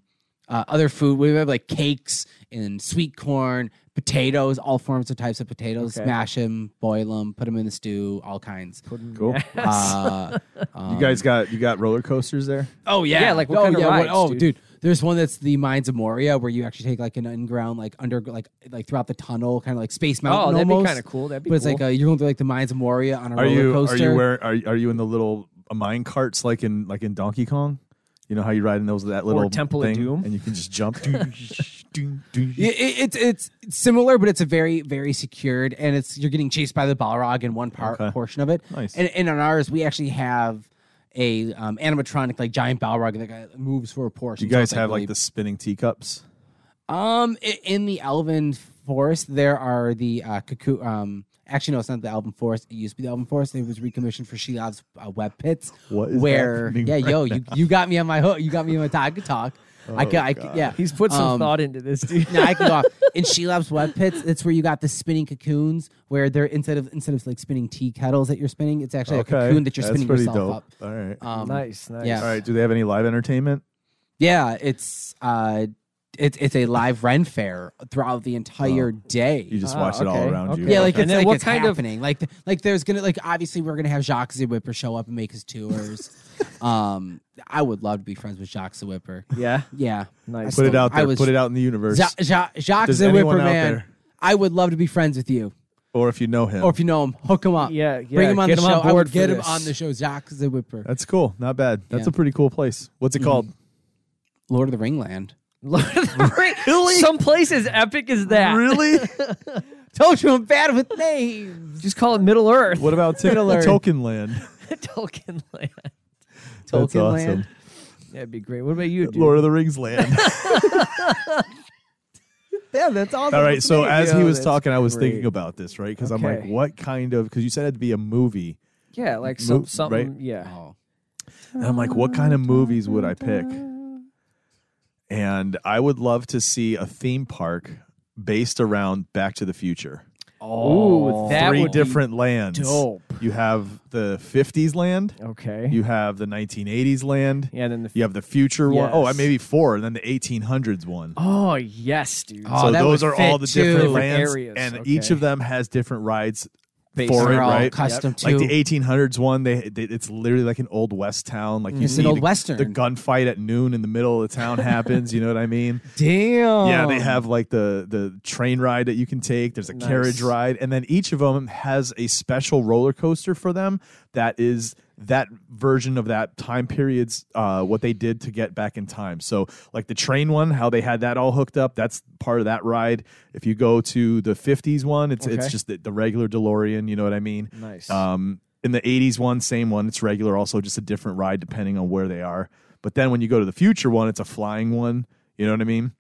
B: uh, other food. We have like cakes and sweet corn, potatoes, all forms of types of potatoes.
C: Okay.
B: Smash them, boil them, put them in the stew, all kinds.
A: Cool.
B: Uh,
A: You guys
C: Um,
A: got you got roller coasters there.
B: Oh yeah,
C: Yeah, like, what
B: oh,
C: kind of
B: yeah,
C: rides,
B: oh
C: dude?
B: dude. there's one that's the Mines of Moria where you actually take like an underground, like under, like like throughout the tunnel, kind of like Space
C: Oh,
B: Mountain.
C: that'd be
B: almost.
C: kind of cool. That'd be
B: But it's
C: cool.
B: like uh you're going through like the Mines of Moria on a
A: Are
B: roller
A: you
B: coaster.
A: are you where are are you in the little uh, mine carts like in like in Donkey Kong? You know how you ride in those that little
C: Temple of
A: thing,
C: Doom.
A: and you can just jump.
B: Yeah, it, it's it's similar, but it's a very very secured, and it's you're getting chased by the Balrog in one part
A: Okay.
B: portion of it.
A: Nice.
B: And, and on ours, we actually have a um, animatronic like giant Balrog that guy moves for a portion.
A: you guys
B: so it's,
A: have like
B: really-
A: the spinning teacups.
B: um i- in the Elven Forest there are the uh, cuckoo um. Actually, no, it's not the Elven Forest. It used to be the Elven Forest. It was recommissioned for Shelob's uh, Web Pits.
A: What is
B: where?
A: happening
B: Yeah,
A: right Oh,
B: yo, you, you got me on my hook. You got me on my tag talk. I can, I can, yeah.
C: he's put some
B: Um,
C: thought into this, dude.
B: no, I can go off. In Shelob's web pits, it's where you got the spinning cocoons, where they're instead of instead of like spinning tea kettles that you're spinning, it's actually a cocoon that you're
A: that's
B: spinning
A: pretty
B: yourself
A: dope.
B: up.
A: All right,
B: Um,
C: nice, nice.
B: yeah.
A: all right. Do they have any live entertainment?
B: Yeah, it's uh, It's it's a live Ren fair throughout the entire day.
A: You just watch it all around you.
B: Ah, Yeah, like
A: And
B: it's
A: then
B: like
A: what
B: it's
A: kind of-
B: happening. Like like there's gonna like obviously we're gonna have Jacques the Whipper show up and make his tours. um, I would love to be friends with Jacques the Whipper.
C: Yeah,
B: yeah. I
A: Put
B: still-
A: it out
B: I
A: there.
B: was-
A: Put it out in the universe.
B: Ja- Ja- Jacques
A: Does
B: the
A: anyone
B: Whipper
A: out
B: man.
A: there-
B: I would love to be friends with you,
A: or if you know him,
B: or if you know him, hook him up.
C: Yeah,
B: Bring
C: yeah,
B: him on
C: get
B: the
C: him on
B: show. I
C: board
B: would
C: for
B: get him
C: this.
B: on the show. Jacques the Whipper.
A: that's cool. Not bad. That's
B: Yeah.
A: a pretty cool place. What's it
B: Mhm.
A: called?
B: Lord of the Ringland.
C: really? Someplace as epic as that.
A: Really?
B: Told you I'm bad with names.
C: Just call it Middle Earth.
A: What about t-
B: Middle Earth.
A: Token Land?
C: Tolkien land.
A: That's
B: Tolkien
A: awesome.
B: land.
C: That'd be great. What about you, dude?
A: Lord of the Rings Land.
C: yeah, that's awesome.
A: All right. So as he was talking, I was thinking
C: Oh, great.
A: about this, right? Because I'm like,
C: Okay.
A: what kind of? Because you said it'd be a movie,
C: yeah, like some,
A: Mo-
C: something.
A: right?
C: Yeah,
B: Oh.
A: and I'm like, what kind of movies would I pick? And I would love to see a theme park based around Back to the Future.
C: Ooh, that
A: Oh, Three
C: would be
A: different lands.
C: dope.
A: You have the 50s land.
C: Okay.
A: You have the 1980s land.
C: yeah, then the.
A: You have the future one. Oh,
C: Yes.
A: maybe four, and then the 1800s one.
C: Oh yes, dude.
B: Oh,
A: so
B: that
A: those
B: would
A: are all
B: fit
A: the
B: too.
A: different
C: Different
A: lands,
C: areas,
A: and
C: okay.
A: each of them has different rides
C: Based
A: for it,
B: They're all
A: right?
B: custom
A: Like the
B: too.
A: 1800s one, they, they it's literally like an old west town. Like you
B: Mm. It's
A: see
B: an old
A: the,
B: western.
A: the gunfight at noon in the middle of the town happens. You know what I mean?
B: Damn.
A: Yeah, they have like the the train ride that you can take. There's a carriage
C: Nice.
A: ride, and then each of them has a special roller coaster for them that is that version of that time period's uh, what they did to get back in time. So like the train one, how they had that all hooked up, that's part of that ride. If you go to the 50s one, it's it's
C: Okay.
A: just the, the regular DeLorean. You know what I mean?
C: Nice.
A: Um, in the 80s one, same one. It's regular, also just a different ride depending on where they are. But then when you go to the future one, it's a flying one. You know what I mean?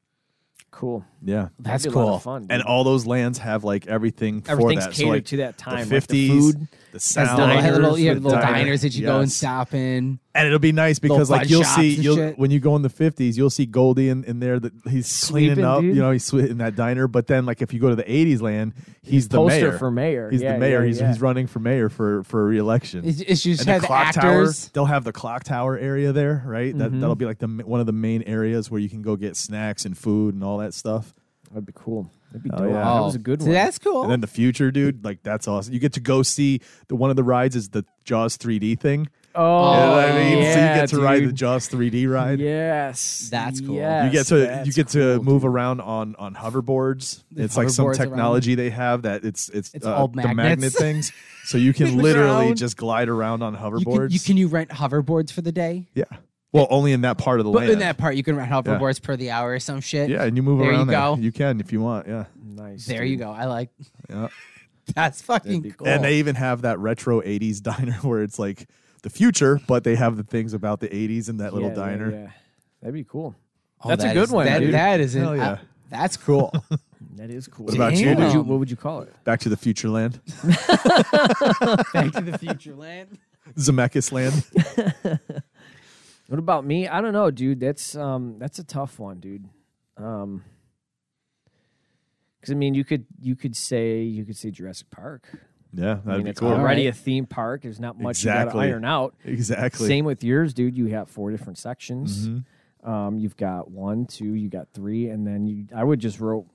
C: cool.
A: Yeah.
B: That's
C: That'd be a lot of
B: cool.
C: fun, dude.
A: And all those lands have like everything for
C: Everything's
A: that.
C: catered
A: so, like,
C: to that time.
A: The
C: like
A: 50s,
C: the food.
A: the
B: Has
A: sound,
B: little, had little, yeah,
A: the
B: little
A: diner-
B: diners that you go and
A: yes.
B: stop in.
A: And it'll be nice because like
B: fudge
A: you'll
B: shops
A: see
B: and
A: you'll
B: shit.
A: when you go in the 50s, you'll see Goldie in, in there that he's cleaning
C: Sweeping,
A: up,
C: dude.
A: you know, he's swe- in that diner. But then like if you go to the 80s land, he's, the
C: poster
A: mayor.
C: for mayor.
A: He's
C: Yeah,
A: the mayor.
C: yeah,
A: he's
C: yeah.
A: he's running for mayor for for re-election.
B: It's, it's just
A: and the
B: have
A: clock tower,
B: actors. Mm-hmm.
A: they'll have the clock tower area there, right? That that'll be like the ma- one of the main areas where you can go get snacks and food and all that stuff.
C: That'd be cool. That'd be
A: Oh,
C: dope.
A: yeah.
C: That was a good
B: So
C: one.
B: That's cool.
A: And then the future, dude, like that's awesome. You get to go see the one of the rides is the Jaws 3D thing.
C: oh,
A: You know what I mean?
C: yeah,
A: so you get to ride the
C: dude.
A: Jaws 3D ride.
C: Yes,
B: That's cool. You
A: You get to
C: Yes,
A: you get to
C: that's cool,
A: move
C: dude.
A: around on on hoverboards.
B: There's
A: it's like some
B: hoverboards around.
A: technology they have that it's it's, uh,
B: It's all
A: the magnet
B: magnets.
A: things. So you can
B: the
A: literally
B: ground.
A: just glide around on
B: You can,
A: hoverboards.
B: you can you rent hoverboards for the day?
A: yeah. Well, only in that part of the
B: But
A: land.
B: in that part, you can rent hoverboards per the hour or some shit.
A: Oh, yeah, and you move
B: There you
A: around there.
B: go.
A: You can if you want. Yeah.
C: Nice.
B: There
C: dude.
B: you go. I like.
A: Yeah.
B: That's fucking cool.
A: And they even have that retro 80s diner where it's like the future, but they have the things about the 80s in that little
C: Yeah, yeah,
A: diner.
C: yeah. That'd be cool.
B: Oh,
C: That's a
B: that
C: good
B: is-
C: one,
B: That,
C: dude.
B: that is.
A: Hell
B: an-
A: yeah.
B: I- that's cool.
C: That is cool.
A: What about you,
C: What
A: dude?
C: would you, what would you call it?
A: Back to the Future Land,
B: Back to the future land.
A: Zemeckis Land.
C: What about me? I don't know, dude. That's um that's a tough one, dude. Um cuz I mean, you could you could say you could say Jurassic Park.
A: yeah, that'd
C: I mean,
A: be
C: it's
A: cool.
C: already a theme park. There's not much you got
A: Exactly.
C: to iron out.
A: Exactly.
C: Same with yours, dude. You have four different sections.
A: Mhm.
C: Um you've got 1, 2, you got 3 and then you I would just wrote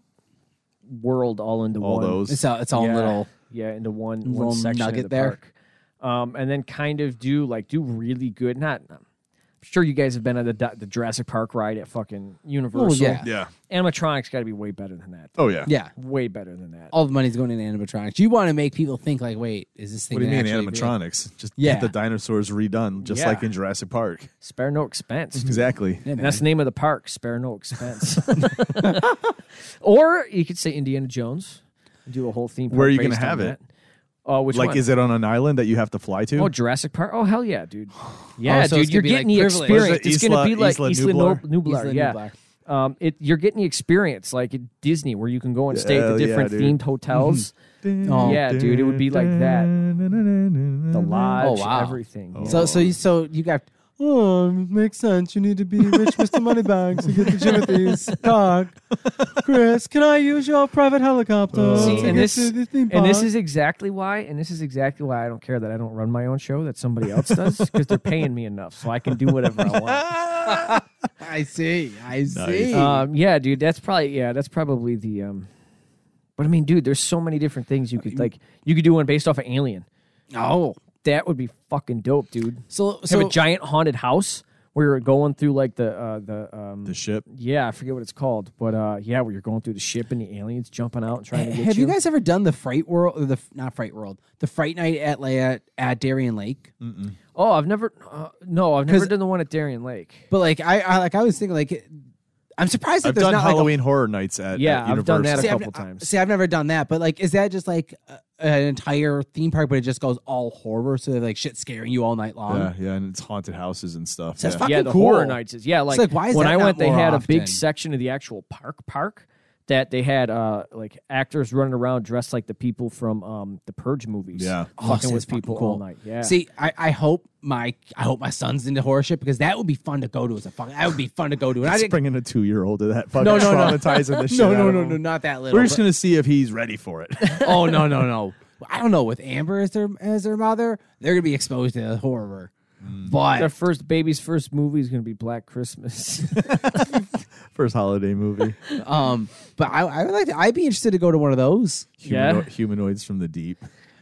C: world all into
A: All
C: one.
A: those.
B: It's all. It's all
C: yeah,
B: little.
C: yeah into one
B: little
C: one section of
B: nugget
C: the
B: there.
C: park. Um, and then kind of do like do really good. Not, I'm sure you guys have been on the Du- the Jurassic Park ride at fucking Universal.
B: Oh, yeah.
A: yeah.
C: animatronics got to be way better than that.
A: Oh yeah.
B: Yeah.
C: Way better than that.
B: All the money's going into animatronics. You want to make people think like, wait, is this thing?
A: What do you
B: gonna
A: mean
B: actually be-
A: animatronics? Just
B: Yeah.
A: get the dinosaurs redone, just
C: Yeah.
A: like in Jurassic Park.
C: Spare no expense.
A: Exactly.
B: Mm-hmm. Yeah,
C: And
B: man.
C: that's the name of the park. Spare no expense. or you could say Indiana Jones. Do a whole theme. Park
A: Where are you gonna
C: based on
A: have it?
C: that. Oh, which
A: like,
C: one?
A: is it on an island that you have to fly to?
C: Oh, Jurassic Park. Oh, hell yeah, dude. Yeah,
B: so
C: dude,
B: it's gonna
C: you're
B: be, like,
C: getting the
B: privileged. Where's
A: the
C: experience. it's gonna
A: Isla-
C: be like
A: Isla
C: Isla,
A: Nublar?
C: Nublar. Nublar,
B: Isla
C: yeah.
B: Nublar.
C: Um, it you're getting the experience like at Disney where you can go and stay at
A: Hell
C: the
A: yeah,
C: different
A: dude.
C: themed hotels.
B: Oh.
C: yeah, dude, it would be like that. The
A: The
C: lodge,
B: Oh, wow.
C: everything. yeah.
B: So so you so you got. Oh, makes sense. You need to be rich, Mr. Moneybags, to get the Timothy's dog. Chris, can I use your private helicopter?
A: See,
C: and this- and this is exactly why, and this is exactly why I don't care that I don't run my own show that somebody else does because they're paying me enough, so I can do whatever I want.
B: I see. I see.
C: Um, yeah, dude, that's probably yeah, that's probably the. Um, but I mean, dude, there's so many different things
B: Uh,
C: you could like. You could do one based off of Alien.
B: Oh.
C: that would be fucking dope, dude.
B: So-
C: have
B: so-
C: a giant haunted house where you're going through like the uh, the um,
H: the ship.
C: Yeah, I forget what it's called, but uh, yeah, where you're going through the ship and the aliens jumping out and trying to get
B: Have you guys ever done the Fright World? Or the not Fright World, the Fright Night at La- at, at Darien Lake.
H: Mm-mm.
C: Oh, I've never. Uh, no, I've never
B: 'Cause-
C: done the one at Darien Lake.
B: But like I, I like I was thinking like I'm surprised that
H: I've
B: there's
H: done
B: not like, a-
H: Halloween horror nights at
C: Yeah,
H: at
C: I've done that
H: Universal.
C: a
B: See, I've- uh,
C: couple times.
B: See, I've never done that, but like, is that just like a- an entire theme park, but it just goes all horror, so they're like shit scaring you all night long?
H: Yeah, yeah, and it's haunted houses and stuff.
B: So it's
H: yeah.
B: fucking
C: yeah, the
B: cool.
C: horror nights is yeah.
B: It's
C: Like,
B: like, why is
C: when
B: that
C: I
B: not
C: went, they
B: more
C: had a
B: often?
C: big section of the actual park park that they had uh like actors running around dressed like the people from um the Purge movies.
H: Yeah.
B: Oh,
C: fucking
B: see,
C: with
B: it's fucking
C: people all
B: cool.
C: night. Yeah.
B: See, I, I hope my I hope my son's into horror shit because that would be fun to go to as a fucking that would be fun to go to. And I
H: Just
B: didn't
H: bringing a two year old to that fucking
B: no no no
H: traumatizing the shit.
B: no
H: out
B: no
H: of
B: no
H: him.
B: no not that little.
H: We're just
B: but-
H: gonna see if he's ready for it.
B: oh no no no! I don't know. With Amber as their as their mother, they're gonna be exposed to horror. But
C: their first baby's first movie is gonna be Black Christmas.
H: First holiday movie.
B: Um, but I, I would like to. I'd be interested to go to one of those.
C: Yeah.
H: Humano- Humanoids from the deep.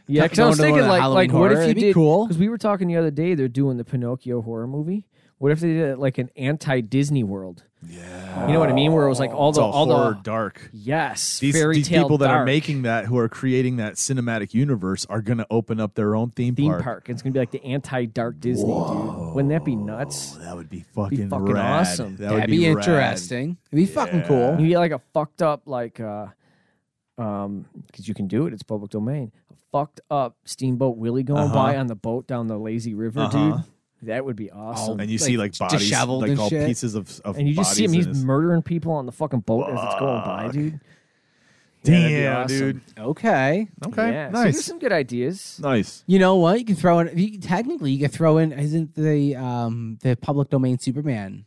C: yeah, because I
B: Going
C: was
B: to one of
C: thinking
B: the
C: like,
B: Halloween
C: like what
B: horror,
C: if you
B: that'd be
C: did
B: cool.
C: Because we were talking the other day, they're doing the Pinocchio horror movie. What if they did like an anti Disney world? Yeah, you know what I mean. Where it was like all
H: It's
C: the
H: all
C: all
H: horror
C: the
H: dark.
C: yes
H: These,
C: fairy
H: these
C: tale
H: people that are
C: dark
H: making that, who are creating that cinematic universe, are going to open up their own theme,
C: theme park. It's gonna be like the anti dark Disney, dude. Wouldn't that be nuts?
H: Oh, That would be fucking,
C: fucking
H: rad.
C: awesome.
H: That would
B: That'd
H: be,
B: be
H: rad.
B: interesting. It'd be fucking cool.
C: You get like a fucked up like uh um because you can do it, it's public domain. A fucked up steamboat Willie going
H: Uh-huh.
C: by on the boat down the lazy river,
H: Uh-huh. Oh,
C: dude. That would be awesome.
H: And you see like bodies,
B: disheveled
H: like
B: and
H: all
B: shit.
H: pieces of, of
C: and you just see him,
H: bodies
C: he's
H: in his-
C: murdering people on the fucking boat as it's going by,
H: Fuck.
C: dude. Yeah, that'd be
H: Damn,
C: awesome.
H: dude.
B: Okay.
H: Okay,
C: Yeah. So
H: nice,
C: there's some good ideas.
H: nice.
B: You know what? You can throw in. You, technically, you can throw in. Isn't the um the public domain Superman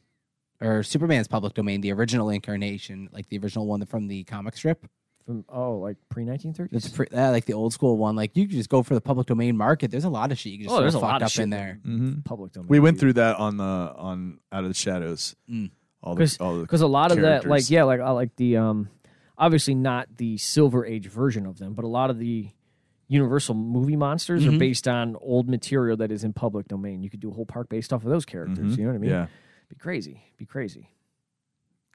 B: or Superman's public domain the original incarnation, like the original one from the comic strip?
C: From oh, like pre nineteen
B: That's
C: thirties.
B: pre, uh, like the old school one. Like you can just go for the public domain market. There's a lot of shit you can just
C: Oh,
B: throw
C: there's a
B: fucked
C: lot of
B: up
C: shit
B: in
C: that-
B: there.
H: Mhm.
C: Public domain.
H: We went
C: dude.
H: through that on the on Out of the Shadows.
B: Mm.
H: All the
C: Because
H: all the
C: a lot of that, like
H: characters.
C: yeah, like I like the um, obviously not the Silver Age version of them, but a lot of the Universal movie monsters are
H: Mm-hmm.
B: Mhm.
C: based on old material that is in public domain. You could do a whole park based off of those characters.
H: Mhm.
C: You know what I mean?
H: yeah,
C: Be crazy. Be crazy.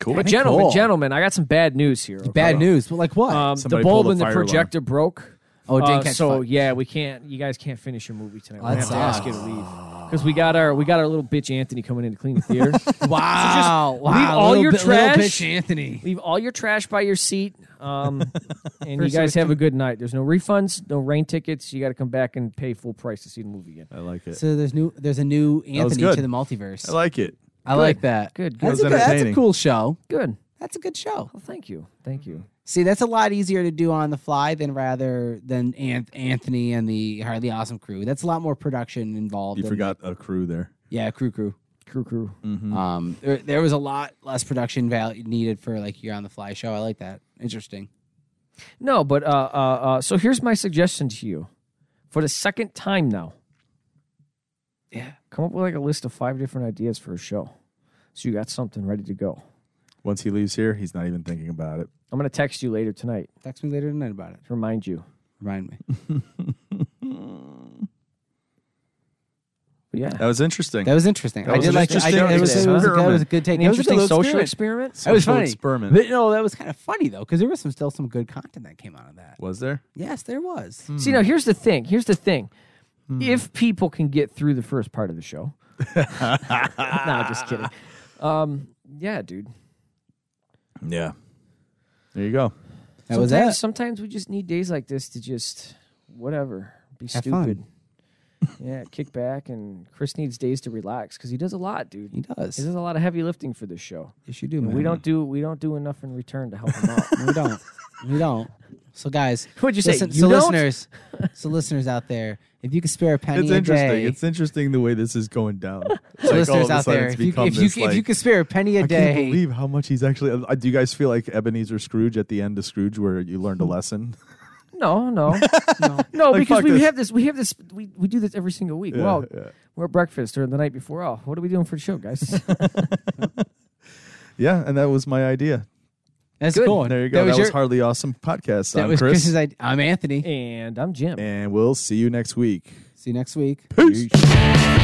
H: cool.
C: But gentlemen,
B: cool.
C: gentlemen, I got some bad news here. okay?
B: Bad news. But like what?
C: Um, the
H: Somebody pulled
C: bulb
H: a
C: in the
H: fire alarm.
C: projector broke.
B: oh, it
C: Uh,
B: didn't catch
C: so
B: fire.
C: yeah, we can't. You guys can't finish your movie tonight.
B: Oh,
C: We have
B: that
C: to ask you
B: sucks.
C: to leave because we got our we got our little bitch Anthony coming in to clean the theater.
B: Wow!
C: leave all
B: little
C: your
B: bit- little
C: trash-
B: bitch Anthony.
C: leave all your trash by your seat. Um, and you
B: First it
C: guys
B: was
C: have
B: com-
C: a good night. There's no refunds, no rain tickets. You got to come back and pay full price to see the movie again.
H: I like it.
B: So there's new. There's a new
H: was
B: Anthony
H: good.
B: to the multiverse.
H: I like it.
B: I like that.
C: Good, good.
B: That's,
H: That was
B: a good that's a
H: entertaining.
B: cool show.
C: Good.
B: That's a good show.
C: Well, thank you. Thank you.
B: See, that's a lot easier to do on the fly than rather than Anth- Anthony and the Hardly Awesome crew. That's a lot more production involved.
H: You
B: than-
H: forgot a crew there. Mm-hmm.
B: Yeah, crew, crew.
C: Crew, crew.
B: Um, there, there was a lot less production value needed for like your on the fly show. I like that. Interesting.
C: No, but uh, uh, uh, so here's my suggestion to you for the second time now.
B: Yeah.
C: Come up with like a list of five different ideas for a show. So you got something ready to go.
H: Once he leaves here, he's not even thinking about it.
C: I'm going to text you later tonight
B: Text me later tonight about it.
C: to remind you.
B: Remind me.
C: But
B: Uh,
C: yeah.
H: That was interesting.
B: That was interesting.
H: That
B: I
H: was
B: did
H: an
B: like. I
H: interesting
B: did, it, was, it, was a, that was a good take.
C: An
B: It was a good
C: interesting
B: little
C: social
B: experiment.
C: experiment.
B: That was
H: Social
B: funny.
H: experiment.
B: But no, that was kind of funny though, because there was some still some good content that came out of that.
H: was there?
B: Yes, there was.
C: See, now here's the thing. Here's the thing. If people can get through the first part of the show, no, just kidding. Um, yeah, dude.
H: Yeah. There you go.
B: That was
C: sometimes,
B: it.
C: Sometimes we just need days like this to just whatever, be
B: Have
C: stupid. yeah, kick back, and Chris needs days to relax because he does a lot, dude.
B: He does.
C: He does a lot of heavy lifting for this show.
B: Yes, you do,
C: And
B: man.
C: we don't do we don't do enough in return to help him out.
B: We don't. we don't. So guys,
C: What'd you say?
B: listen-
C: You
B: so
C: don't?
B: listeners, so listeners out there, if you could spare a penny
H: It's
B: a
H: interesting.
B: day,
H: It's interesting the way this is going down.
B: so listeners out there, if you, if you if you could spare a penny a
H: I
B: day,
H: can't believe how much he's actually. I- Do you guys feel like Ebenezer Scrooge at the end of Scrooge, where you learned a lesson?
C: No, no, no, no
H: Like,
C: because
H: fuck
C: we
H: this.
C: have this. We have this. We, we do this every single week.
H: Yeah,
C: well,
H: yeah.
C: we're at breakfast or the night before. Oh, what are we doing for the show, guys?
A: Yeah, and that was my idea.
B: That's Good. cool.
A: There you go.
B: That
A: That
B: was
A: was,
B: your-
A: hardly awesome podcast.
B: That
A: I'm
B: was
A: Chris.
B: Chris's idea. I'm Anthony.
C: And I'm Jim.
A: and we'll see you next week.
B: See you next week.
A: Peace.